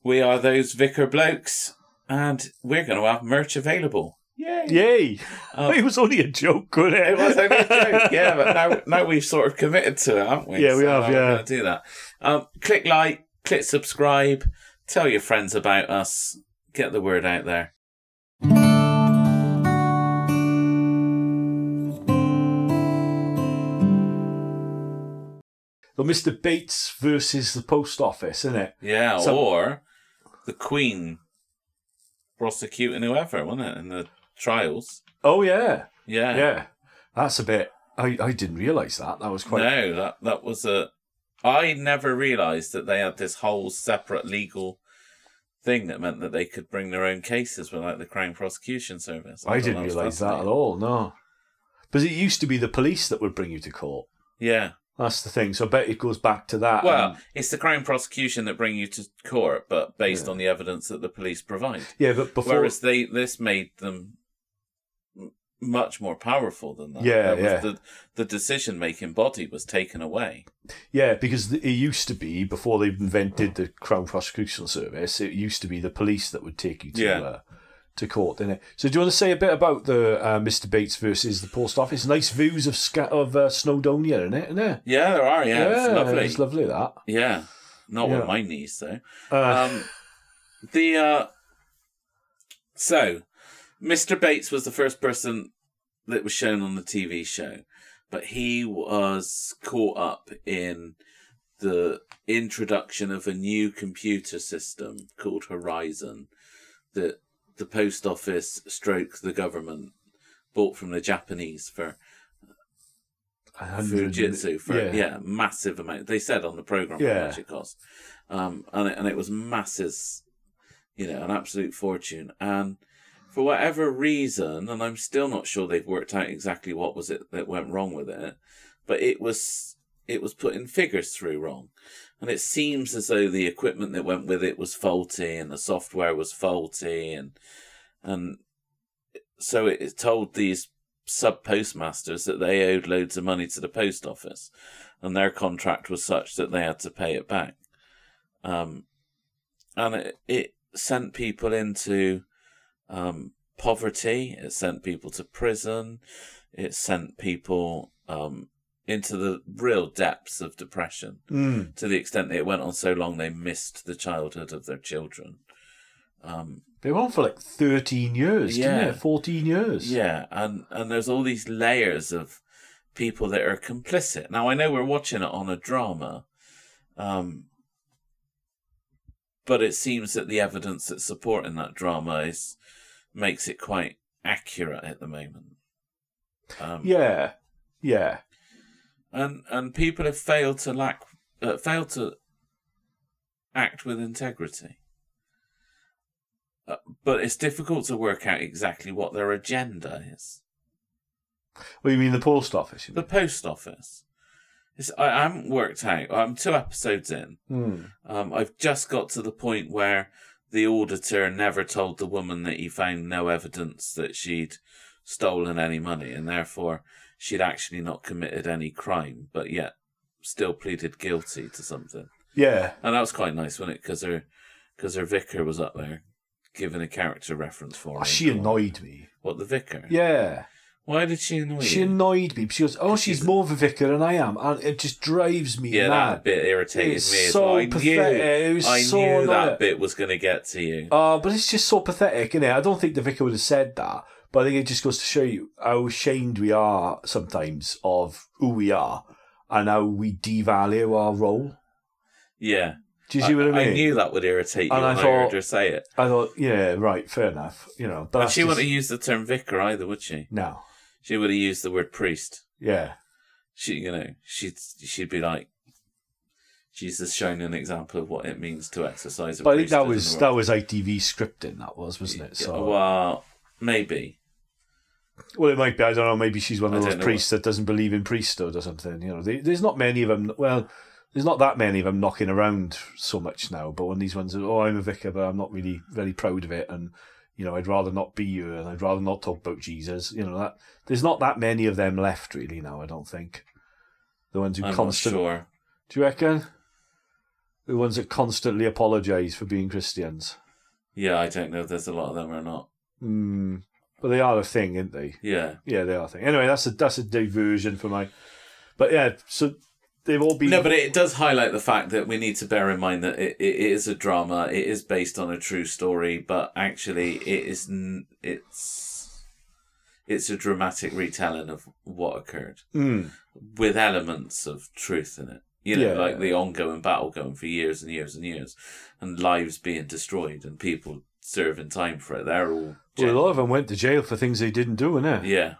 We are those Vicar Blokes, and we're going to have merch available. Yay! Yay! Um, [LAUGHS] it was only a joke, wasn't it? It was only a [LAUGHS] joke, yeah, but now, now we've sort of committed to it, haven't we? Yeah, we have, now yeah. We're going to do that. Um, click like, click subscribe, tell your friends about us, get the word out there. Well, Mr. Bates versus the post office, isn't it? Yeah, So- or the Queen prosecuting whoever, wasn't it, in the trials? Oh yeah, Yeah. yeah. That's a bit. I, I didn't realise that. That was quite. No, that that was a. I never realised that they had this whole separate legal thing that meant that they could bring their own cases with like the Crown Prosecution Service. I thought didn't was realise that at fascinating. all. No, because it used to be the police that would bring you to court. Yeah. That's the thing. So I bet it goes back to that. Well, and- it's the Crown Prosecution that bring you to court, but based on the evidence that the police provide. yeah, but before. Whereas they this made them m- much more powerful than that. Yeah, That was yeah. The, the decision making body was taken away. Yeah, because th- it used to be before they invented the Crown Prosecution Service. It used to be the police that would take you to Yeah. uh, to court, didn't it? So, do you want to say a bit about the uh, Mr. Bates versus the Post Office? Nice views of Sca- of uh, Snowdonia, in it, isn't it? Yeah, there are. Yeah, it's lovely. it's lovely that. yeah, not Yeah. on my knees though. Uh, um, the uh, so Mr. Bates was the first person that was shown on the TV show, but he was caught up in the introduction of a new computer system called Horizon that the post office stroke the government bought from the Japanese for a hundred- Fujitsu for yeah. yeah. massive amount. They said on the program Yeah. how much it cost, um, and it, and it was massive, you know, an absolute fortune. And for whatever reason, and I'm still not sure they've worked out exactly what was it that went wrong with it, but it was it was putting figures through wrong, and it seems as though the equipment that went with it was faulty and the software was faulty, and and so it, it told these sub postmasters that they owed loads of money to the post office, and their contract was such that they had to pay it back. Um, and it, it sent people into um, poverty. It sent people to prison. It sent people um, into the real depths of depression Mm. to the extent that it went on so long they missed the childhood of their children. Um, They were on for like 13 years, Yeah. didn't it? 14 years. Yeah, and and there's all these layers of people that are complicit. Now I know we're watching it on a drama, um, but it seems that the evidence that's supporting that drama is makes it quite accurate at the moment. Um, Yeah. Yeah. and and people have failed to lack uh, failed to act with integrity. Uh, but it's difficult to work out exactly what their agenda is. Well, you mean the post office? You The post office. It's, I, I haven't worked out. I'm two episodes in. mean? Um, I've just got to the point where the auditor never told the woman that he found no evidence that she'd stolen any money, and therefore she'd actually not committed any crime, but yet still pleaded guilty to something. Yeah. And that was quite nice, wasn't it? Because her, cause her vicar was up there giving a character reference for her. Oh, she annoyed me. What, the vicar? Yeah. Why did she annoy She you? annoyed me. She goes, Oh, she's, she's- more of a vicar than I am. And it just drives me Yeah, that mad. bit irritated It's me as so well. I pathetic. knew, It was I so knew annoying. that bit was going to get to you. Uh, but it's just so pathetic, innit? I don't think the vicar would have said that. But I think it just goes to show you how ashamed we are sometimes of who we are and how we devalue our role. Yeah, Do you see what I mean? I knew that would irritate you And I when I, thought- heard her say it. I thought, yeah, right, fair enough. You know, but But that's she just- wouldn't have used the term vicar either, would she? No. She would have used the word priest. Yeah. She, you know, she'd she'd be like, she's just shown an example of what it means to exercise. A But I think that priesthood in was the that world. was ITV scripting. That was, wasn't it? Yeah, So well, Maybe. Well, it might be. I don't know. Maybe she's one I of those don't know priests that doesn't believe in priesthood or something. You know, they, there's not many of them. Well, there's not that many of them knocking around so much now. But when these ones, are, oh, I'm a vicar, but I'm not really very proud of it, and you know, I'd rather not be here, and I'd rather not talk about Jesus. You know, that there's not that many of them left really now. I don't think the ones who I'm not constantly. sure. Do you reckon the ones that constantly apologise for being Christians? Yeah, I don't know if there's a lot of them or not. Mm. But they are a thing, aren't they? Yeah. Yeah, they are. Thing. Anyway, that's a that's a diversion for my. But yeah, so they've all been. No, but it does highlight the fact that we need to bear in mind that it, it is a drama. It is based on a true story, but actually, it is n- it's it's a dramatic retelling of what occurred Mm, with elements of truth in it. You know, Yeah. like the ongoing battle going for years and years and years, and lives being destroyed and people serving time for it. They're all well, a gen- lot of them went to jail for things they didn't do, innit? yeah.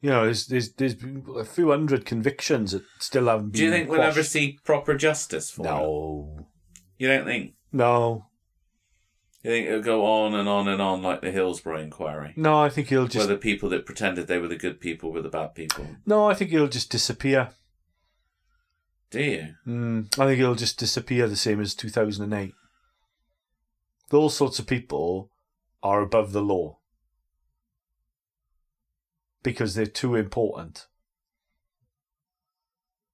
You know, there's there's there's been a few hundred convictions that still haven't. Do you been think we'll ever quashed. see proper justice for it? No, You don't think? no, You think it'll go on and on and on like the Hillsborough Inquiry? no. I think he'll just where the people that pretended they were the good people were the bad people. no. I think he'll just disappear. Do you? Mm, I think he'll just disappear, the same as two thousand and eight. Those sorts of people are above the law because they're too important.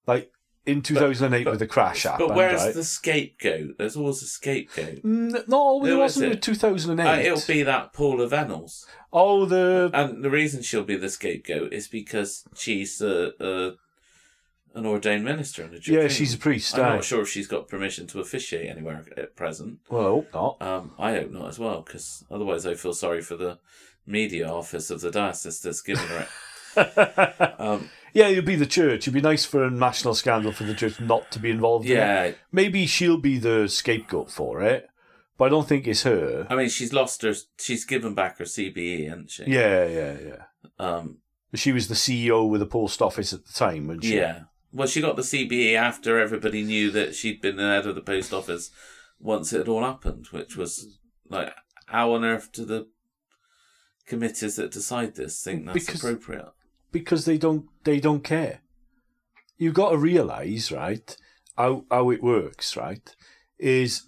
Like in two thousand and eight but- with the crash happened, but where's right? the scapegoat? There's always a scapegoat. Mm, not always. Who It is wasn't it? with two thousand and Uh, eight. it'll be that Paula Venables. oh the And the reason she'll be the scapegoat is because she's a, a an ordained minister and a yeah, Judean. she's a priest. I'm aye. not sure if she's got permission to officiate anywhere at present. Well, I hope not. Um, I hope not as well, because otherwise I feel sorry for the media office of the diocese that's given [LAUGHS] her it. um, Yeah, it'd be the church. It'd be nice for a national scandal for the church not to be involved. in it. yeah, maybe she'll be the scapegoat for it, but I don't think it's her. I mean, she's lost her. She's given back her CBE, hasn't she? Yeah, yeah, yeah. Um. She was the CEO with the post office at the time, wasn't she? Yeah. Well, she got the CBE after everybody knew that she'd been the head of the post office once it had all happened, which was like, how on earth do the committees that decide this think that's Because- appropriate? Because they don't they don't care. You've got to realise, right, how how it works, right? Is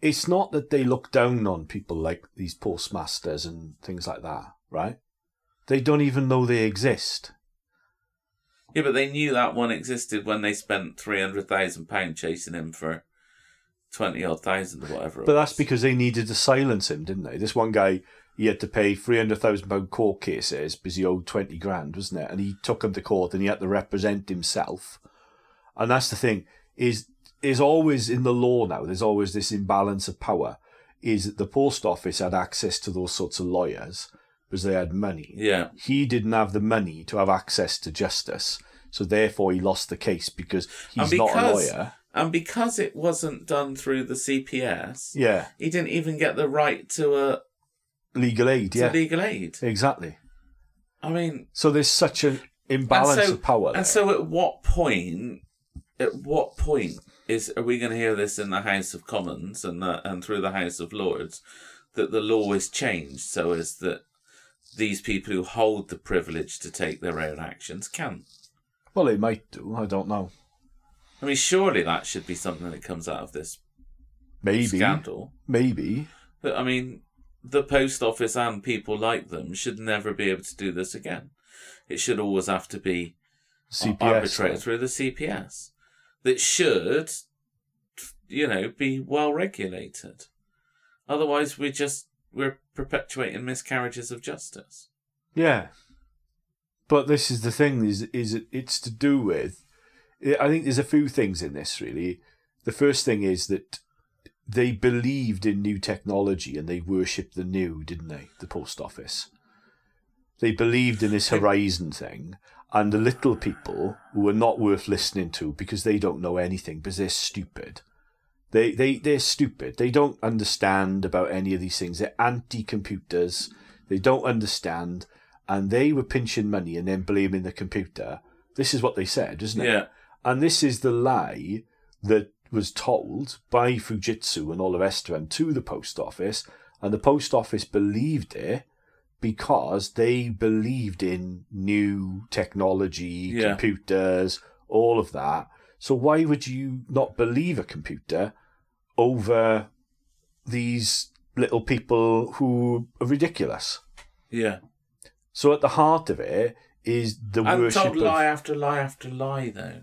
it's not that they look down on people like these postmasters and things like that, right? They don't even know they exist. Yeah, but they knew that one existed when they spent three hundred thousand pound chasing him for twenty odd thousand or whatever. it But that's was. because they needed to silence him, didn't they? This one guy, he had to pay three hundred thousand pound court cases because he owed twenty grand, wasn't it? And he took him to court, and he had to represent himself. And that's the thing is is always in the law now. There's always this imbalance of power. Is that the post office had access to those sorts of lawyers because they had money. yeah, He didn't have the money to have access to justice, so therefore he lost the case because he's and not a because lawyer. and because it wasn't done through the CPS, Yeah, he didn't even get the right to a legal aid. to Yeah, legal aid. exactly. I mean, So there's such an and imbalance so- of power. There. And so, at what point? At what point is are we going to hear this in the House of Commons and the, and through the House of Lords that the law is changed so as that these people who hold the privilege to take their own actions can? well, they might do. I don't know. I mean, surely that should be something that comes out of this Maybe. scandal. Oh, Maybe. But I mean, the post office and people like them should never be able to do this again. It should always have to be CPS. arbitrated through the CPS that should, you know, be well regulated. Otherwise, we just we're perpetuating miscarriages of justice. Yeah. But this is the thing: is is it, it's to do with. I think there's a few things in this really. The first thing is that they believed in new technology and they worshipped the new, didn't they? The post office. They believed in this horizon thing, and the little people who were not worth listening to because they don't know anything because they're stupid. They they they're stupid. They don't understand about any of these things. They're anti-computers. They don't understand, and they were pinching money and then blaming the computer. This is what they said, isn't it? Yeah, And this is the lie that was told by Fujitsu and all the rest of them to the post office. And the post office believed it because they believed in new technology, Yeah. computers, all of that. So why would you not believe a computer over these little people who are ridiculous? Yeah. So at the heart of it is the And worship told of lie after lie after lie, though.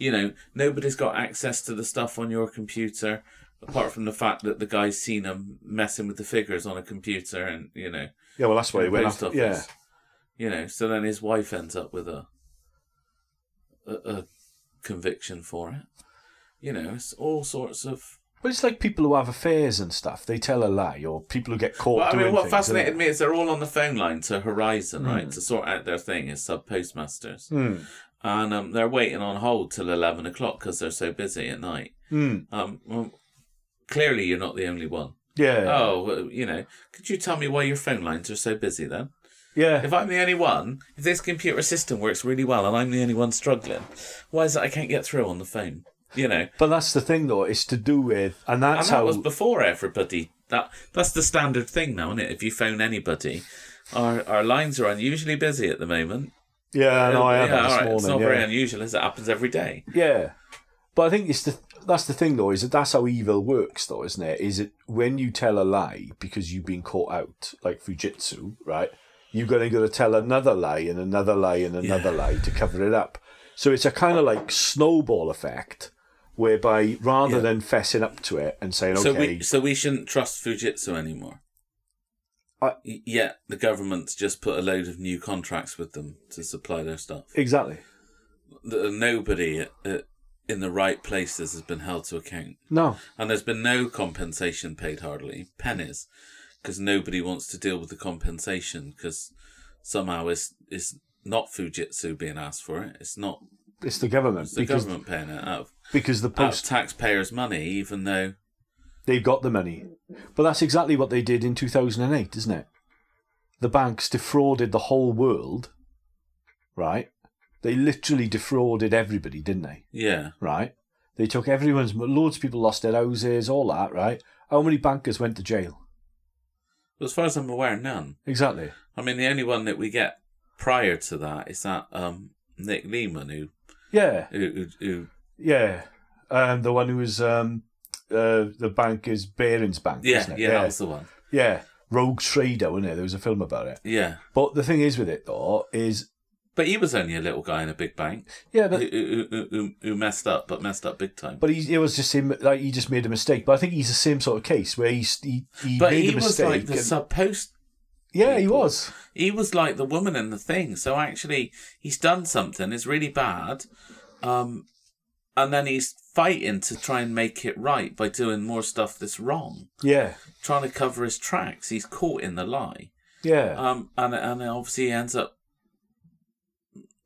You know, nobody's got access to the stuff on your computer, apart from the fact that the guy's seen him messing with the figures on a computer, and you know, yeah. Well, that's why he in the went post after. office. Yeah, You know, so then his wife ends up with a a, a conviction for it. You know, it's all sorts of. but it's like people who have affairs and stuff. They tell a lie, or people who get caught. Well, I doing mean, what things, isn't fascinated it? me is they're all on the phone line to Horizon, right, to sort out their thing as sub postmasters, Hmm. and um, they're waiting on hold till eleven o'clock because they're so busy at night. Hmm. Um, well, clearly you're not the only one. Yeah. Oh, well, you know, could you tell me why your phone lines are so busy then? yeah. If I'm the only one, if this computer system works really well and I'm the only one struggling, why is it I can't get through on the phone? You know, But that's the thing, though. It's to do with, and and that's that how. was before everybody. That that's the standard thing now, isn't it? If you phone anybody, our our lines are unusually busy at the moment. yeah, no, I had yeah, that this all right, it's not morning. very yeah. unusual, is it? It Happens every day. Yeah, but I think it's the that's the thing though is that that's how evil works though, isn't it? Is it when you tell a lie because you've been caught out, like Fujitsu, right? You're going to go to tell another lie and another lie and another lie to cover it up. So it's a kind of like snowball effect, whereby rather Yeah. than fessing up to it and saying, So okay, we so we shouldn't trust Fujitsu anymore. I- Y- yeah, the government's just put a load of new contracts with them to supply their stuff. exactly, The- Nobody uh, in the right places has been held to account, no, and there's been no compensation paid hardly pennies, because nobody wants to deal with the compensation because somehow it's it's not Fujitsu being asked for it. It's not it's the government it's the because government paying it out of, because the out post of taxpayers' money, even though They've got the money. But that's exactly what they did in 2008, isn't it? The banks defrauded the whole world, right? They literally defrauded everybody, didn't they? yeah. Right? They took everyone's, loads of people lost their houses, all that, right? How many bankers went to jail? As far as I'm aware, none. Exactly. I mean, the only one that we get prior to that is that um, Nick Lehman, who Yeah, who, who, who yeah. Um, the one who was, um, uh, the bank is Barings Bank, yeah, isn't yeah, it? that yeah. was the one. yeah. Rogue Trader, wasn't it? There was a film about it. Yeah, But the thing is with it, though, is, but he was only a little guy in a big bank yeah, who, but who, who, who- who messed up, but messed up big time. But he, it was just him. Like he just made a mistake. But I think he's the same sort of case where he he, he But made he a was mistake. like the and- sub post. yeah, he people. was. He was like the woman in the thing. So actually, he's done something. It's really bad, um, and then he's fighting to try and make it right by doing more stuff that's wrong, Yeah, trying to cover his tracks. He's caught in the lie. yeah, Um, and and obviously he ends up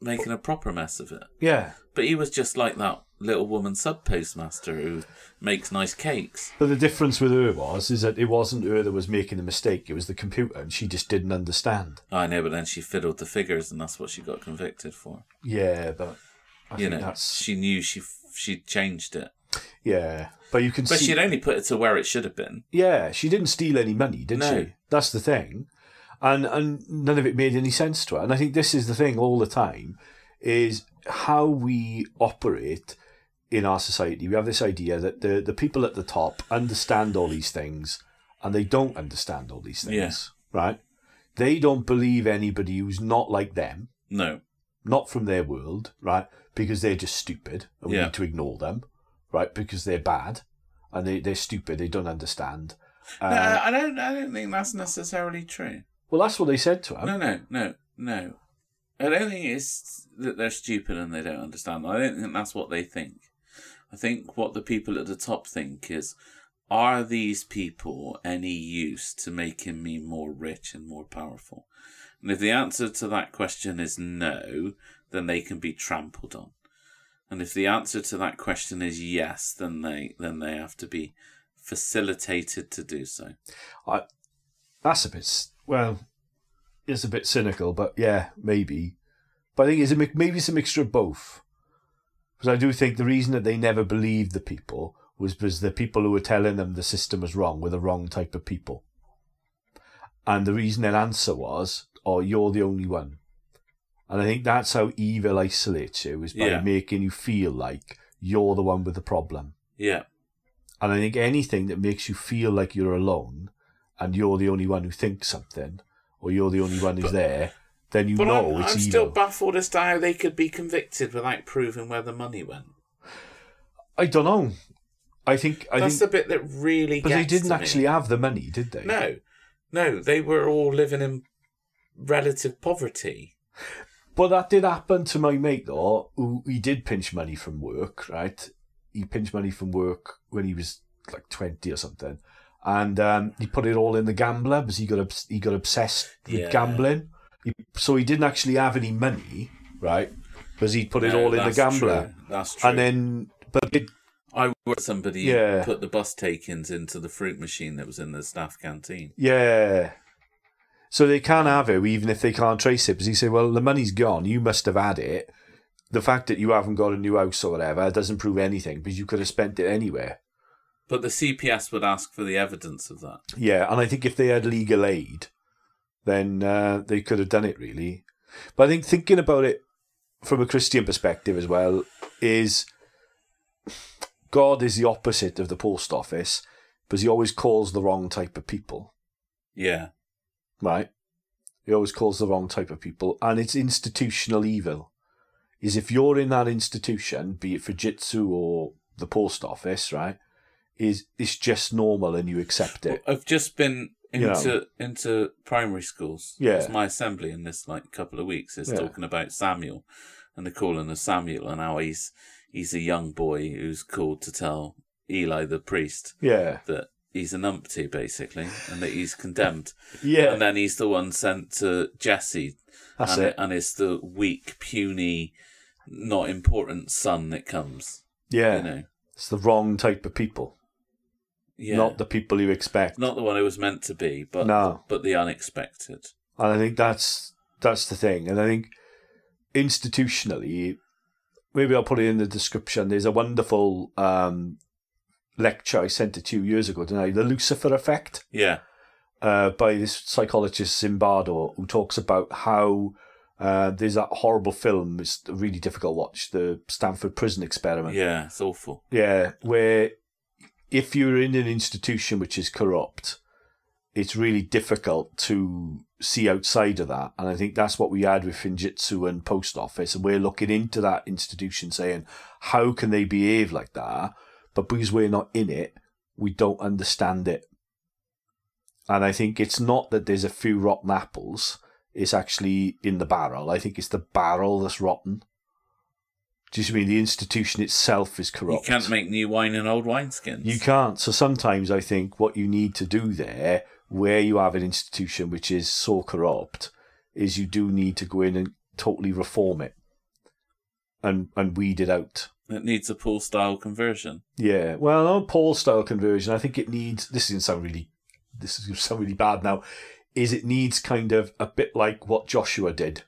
making a proper mess of it. yeah. But he was just like that little woman sub postmaster who makes nice cakes. But the difference with her was is that it wasn't her that was making the mistake. It was the computer, and she just didn't understand. I know, but then she fiddled the figures, and that's what she got convicted for. Yeah, but I you think know, that's she knew she she changed it, yeah. But you can but see. she'd only put it to where it should have been. yeah, she didn't steal any money, did No. she? That's the thing. And and none of it made any sense to her. And I think this is the thing all the time is how we operate in our society. We have this idea that the, the people at the top understand all these things and they don't understand all these things. Right? They don't believe anybody who's not like them, No, not from their world, right? Because they're just stupid and we Yeah. need to ignore them, right? Because they're bad and they, they're stupid, they don't understand. Uh, no, I I don't. I don't think that's necessarily true. Well, that's what they said to him. No, no, no, no. I don't think it's that they're stupid and they don't understand. I don't think that's what they think. I think what the people at the top think is are these people any use to making me more rich and more powerful? And if the answer to that question is no, then they can be trampled on. And if the answer to that question is yes, then they then they have to be facilitated to do so. That's a bit s- well, it's a bit cynical, but yeah, maybe. But I think it's a mi- maybe it's a mixture of both, because I do think the reason that they never believed the people was because the people who were telling them the system was wrong were the wrong type of people. And the reason their answer was, oh, you're the only one. And I think that's how evil isolates you, is by Yeah. making you feel like you're the one with the problem. Yeah. And I think anything that makes you feel like you're alone and you're the only one who thinks something or you're the only one who's there, then you But know I'm, it's I'm evil. still baffled as to how they could be convicted without proving where the money went. I don't know. I think I That's think, the bit that really but gets they didn't to me. actually have the money, did they? No, no, they were all living in relative poverty. But that did happen to my mate though, who he did pinch money from work, right? He pinched money from work when he was like twenty or something, and um, he put it all in the gambler because he got obs- he got obsessed with Yeah. gambling. He, so he didn't actually have any money, right? Because he put it No, all in the that's gambler, true, That's true. and then but it, I worked with somebody Yeah. who put the bus takings into the fruit machine that was in the staff canteen. yeah. So they can't have it, even if they can't trace it. Because he said, "Well, the money's gone. You must have had it. The fact that you haven't got a new house or whatever doesn't prove anything because you could have spent it anywhere." But the CPS would ask for the evidence of that. Yeah, and I think if they had legal aid, then uh, they could have done it really. But I think thinking about it from a Christian perspective as well is God is the opposite of the post office because he always calls the wrong type of people, Yeah, right? He always calls the wrong type of people, and it's institutional evil. Is if you're in that institution, be it Fujitsu or the post office, right? Is it's just normal and you accept it. I've just been You know. into into primary schools. Yeah. it's my assembly in this like couple of weeks. It's Yeah. talking about Samuel and the calling of Samuel and how he's he's a young boy who's called to tell Eli the priest Yeah, that he's an umpty basically and that he's condemned. yeah, And then he's the one sent to Jesse that's and, it. and it's the weak, puny, not important son that comes. Yeah, You know, it's the wrong type of people, yeah, not the people you expect. Not the one who was meant to be, but No. but the unexpected. And I think that's that's the thing. And I think institutionally, maybe I'll put it in the description. There's a wonderful um, lecture I sent it to you years ago, didn't I? The Lucifer Effect. Yeah, uh, by this psychologist Zimbardo, who talks about how uh, there's that horrible film. It's a really difficult watch, the Stanford Prison Experiment. yeah, it's awful. Yeah, where if you're in an institution which is corrupt, it's really difficult to see outside of that. And I think that's what we had with Finjitsu and Post Office. And we're looking into that institution saying, how can they behave like that? But because we're not in it, we don't understand it. And I think it's not that there's a few rotten apples, it's actually in the barrel. I think it's the barrel that's rotten. Do you see what I mean the institution itself is corrupt? You can't make new wine in old wineskins. You can't. So sometimes I think what you need to do there, where you have an institution which is so corrupt, is you do need to go in and totally reform it and and weed it out. It needs a pool style conversion. Yeah. Well, no Paul style conversion. I think it needs. This is going to sound really. This is going to sound really bad now. Is it needs kind of a bit like what Joshua did.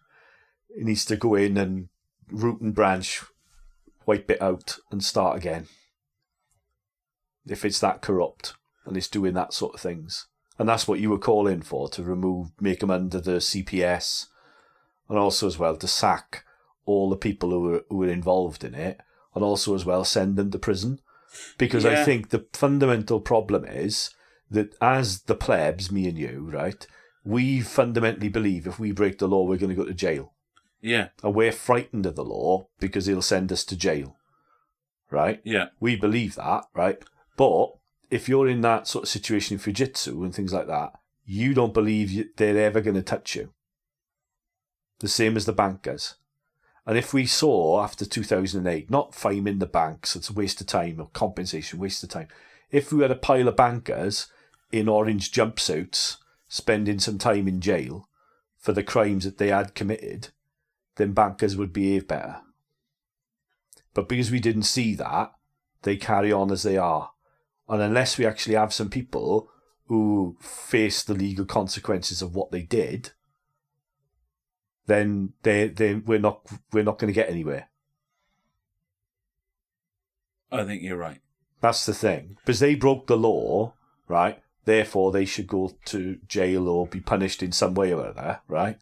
It needs to go in and root and branch, wipe it out, and start again. If it's that corrupt and it's doing that sort of things, and that's what you were calling for to remove, make them under the CPS, and also as well to sack all the people who were who were involved in it, and also as well send them to prison, because I Yeah. think the fundamental problem is that as the plebs, me and you, right, we fundamentally believe if we break the law, we're going to go to jail Yeah, and we're frightened of the law because it'll send us to jail. Right? yeah, We believe that, right? But if you're in that sort of situation in Fujitsu and things like that, you don't believe you- they're ever going to touch you. The same as the bankers. And if we saw after 2008, not framing the banks, it's a waste of time or compensation, waste of time. If we had a pile of bankers in orange jumpsuits spending some time in jail for the crimes that they had committed, then bankers would behave better. But because we didn't see that, they carry on as they are. And unless we actually have some people who face the legal consequences of what they did, then they they we're not we're not going to get anywhere. I think you're right. That's the thing. Because they broke the law, right? Therefore, they should go to jail or be punished in some way or other, right?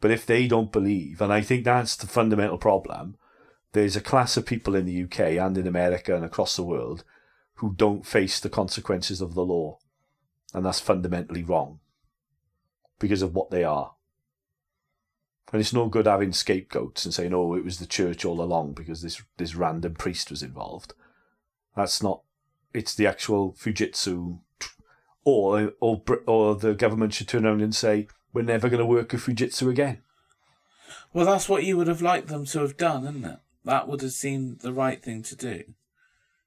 But if they don't believe, and I think that's the fundamental problem, there's a class of people in the UK and in America and across the world who don't face the consequences of the law. And that's fundamentally wrong because of what they are. And it's no good having scapegoats and saying, oh, it was the church all along because this, this random priest was involved. That's not, it's the actual Fujitsu. Or, or, or the government should turn around and say, we're never going to work with Fujitsu again. Well, that's what you would have liked them to have done, isn't it? That would have seemed the right thing to do.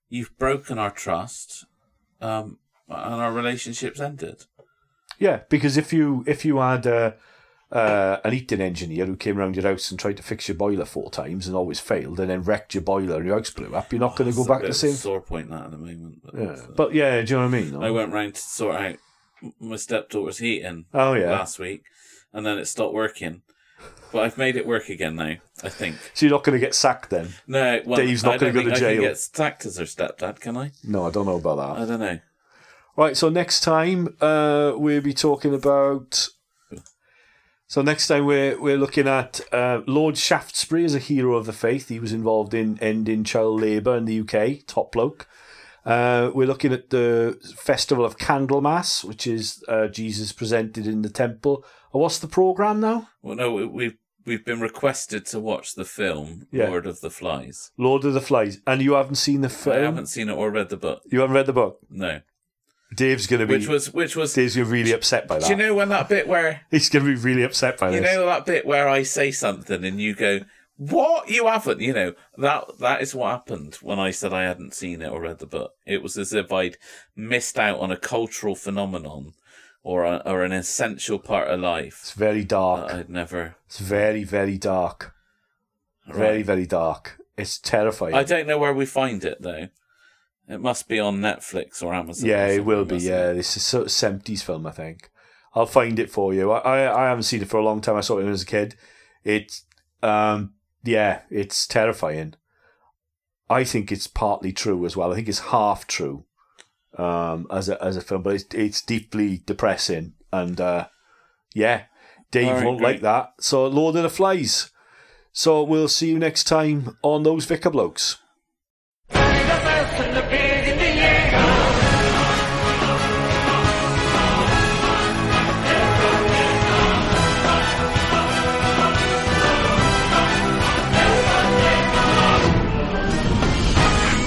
You've broken our trust, um, and our relationship's ended. Yeah, because if you if you had uh, uh, an heating engineer who came round your house and tried to fix your boiler four times and always failed, and then wrecked your boiler and your house blew up, you're not going to It's go a back bit the of a same. Sore point that at the moment. But yeah. that's, uh, But yeah, do you know what I mean? I went round to sort out m- my stepdaughter's heating oh yeah. last week, and then it stopped working. But I've made it work again now. I think. So you're not going to get sacked then? No, well, Dave's not I don't gonna go think to I can jail. get sacked as her stepdad, can I? No, I don't know about that. I don't know. Right, so next time uh, we'll be talking about. So next time we're we're looking at uh, Lord Shaftesbury as a hero of the faith. He was involved in ending child labour in the UK. Top bloke. Uh, we're looking at the festival of Candlemas, which is uh, Jesus presented in the temple. And what's the program now? Well, no, we, we've we've been requested to watch the film Yeah. Lord of the Flies. Lord of the Flies. And you haven't seen the film. I haven't seen it or read the book. You haven't read the book. No, Dave's gonna be. which was which was. Dave's gonna be really upset by that. do you know when that bit where He's gonna be really upset by you this. know that bit where I say something and you go, "What? You haven't?" You know that that is what happened when I said I hadn't seen it or read the book. It was as if I'd missed out on a cultural phenomenon or a, or an essential part of it's life very dark. that I'd never. It's very, very dark. Very, Right. very dark. It's terrifying. I don't know where we find it though. It must be on Netflix or Amazon. or yeah, it something, will be. mustn't Yeah, it? this is sort of seventies film, I think. I'll find it for you. I, I, I haven't seen it for a long time. I saw it when I was a kid. It's um, yeah, it's terrifying. I think it's partly true as well. I think it's half true, um, as a as a film, but it's it's deeply depressing and uh, yeah, Dave All right, won't great. like that. So Lord of the Flies. So we'll see you next time on those Vicar Blokes. 「生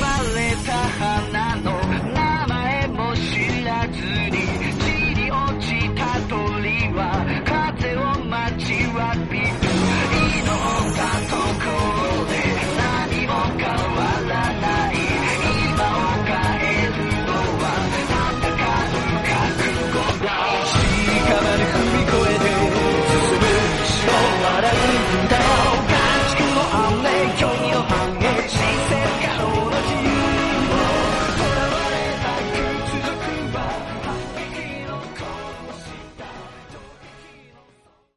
まれた花の名前も知らずに」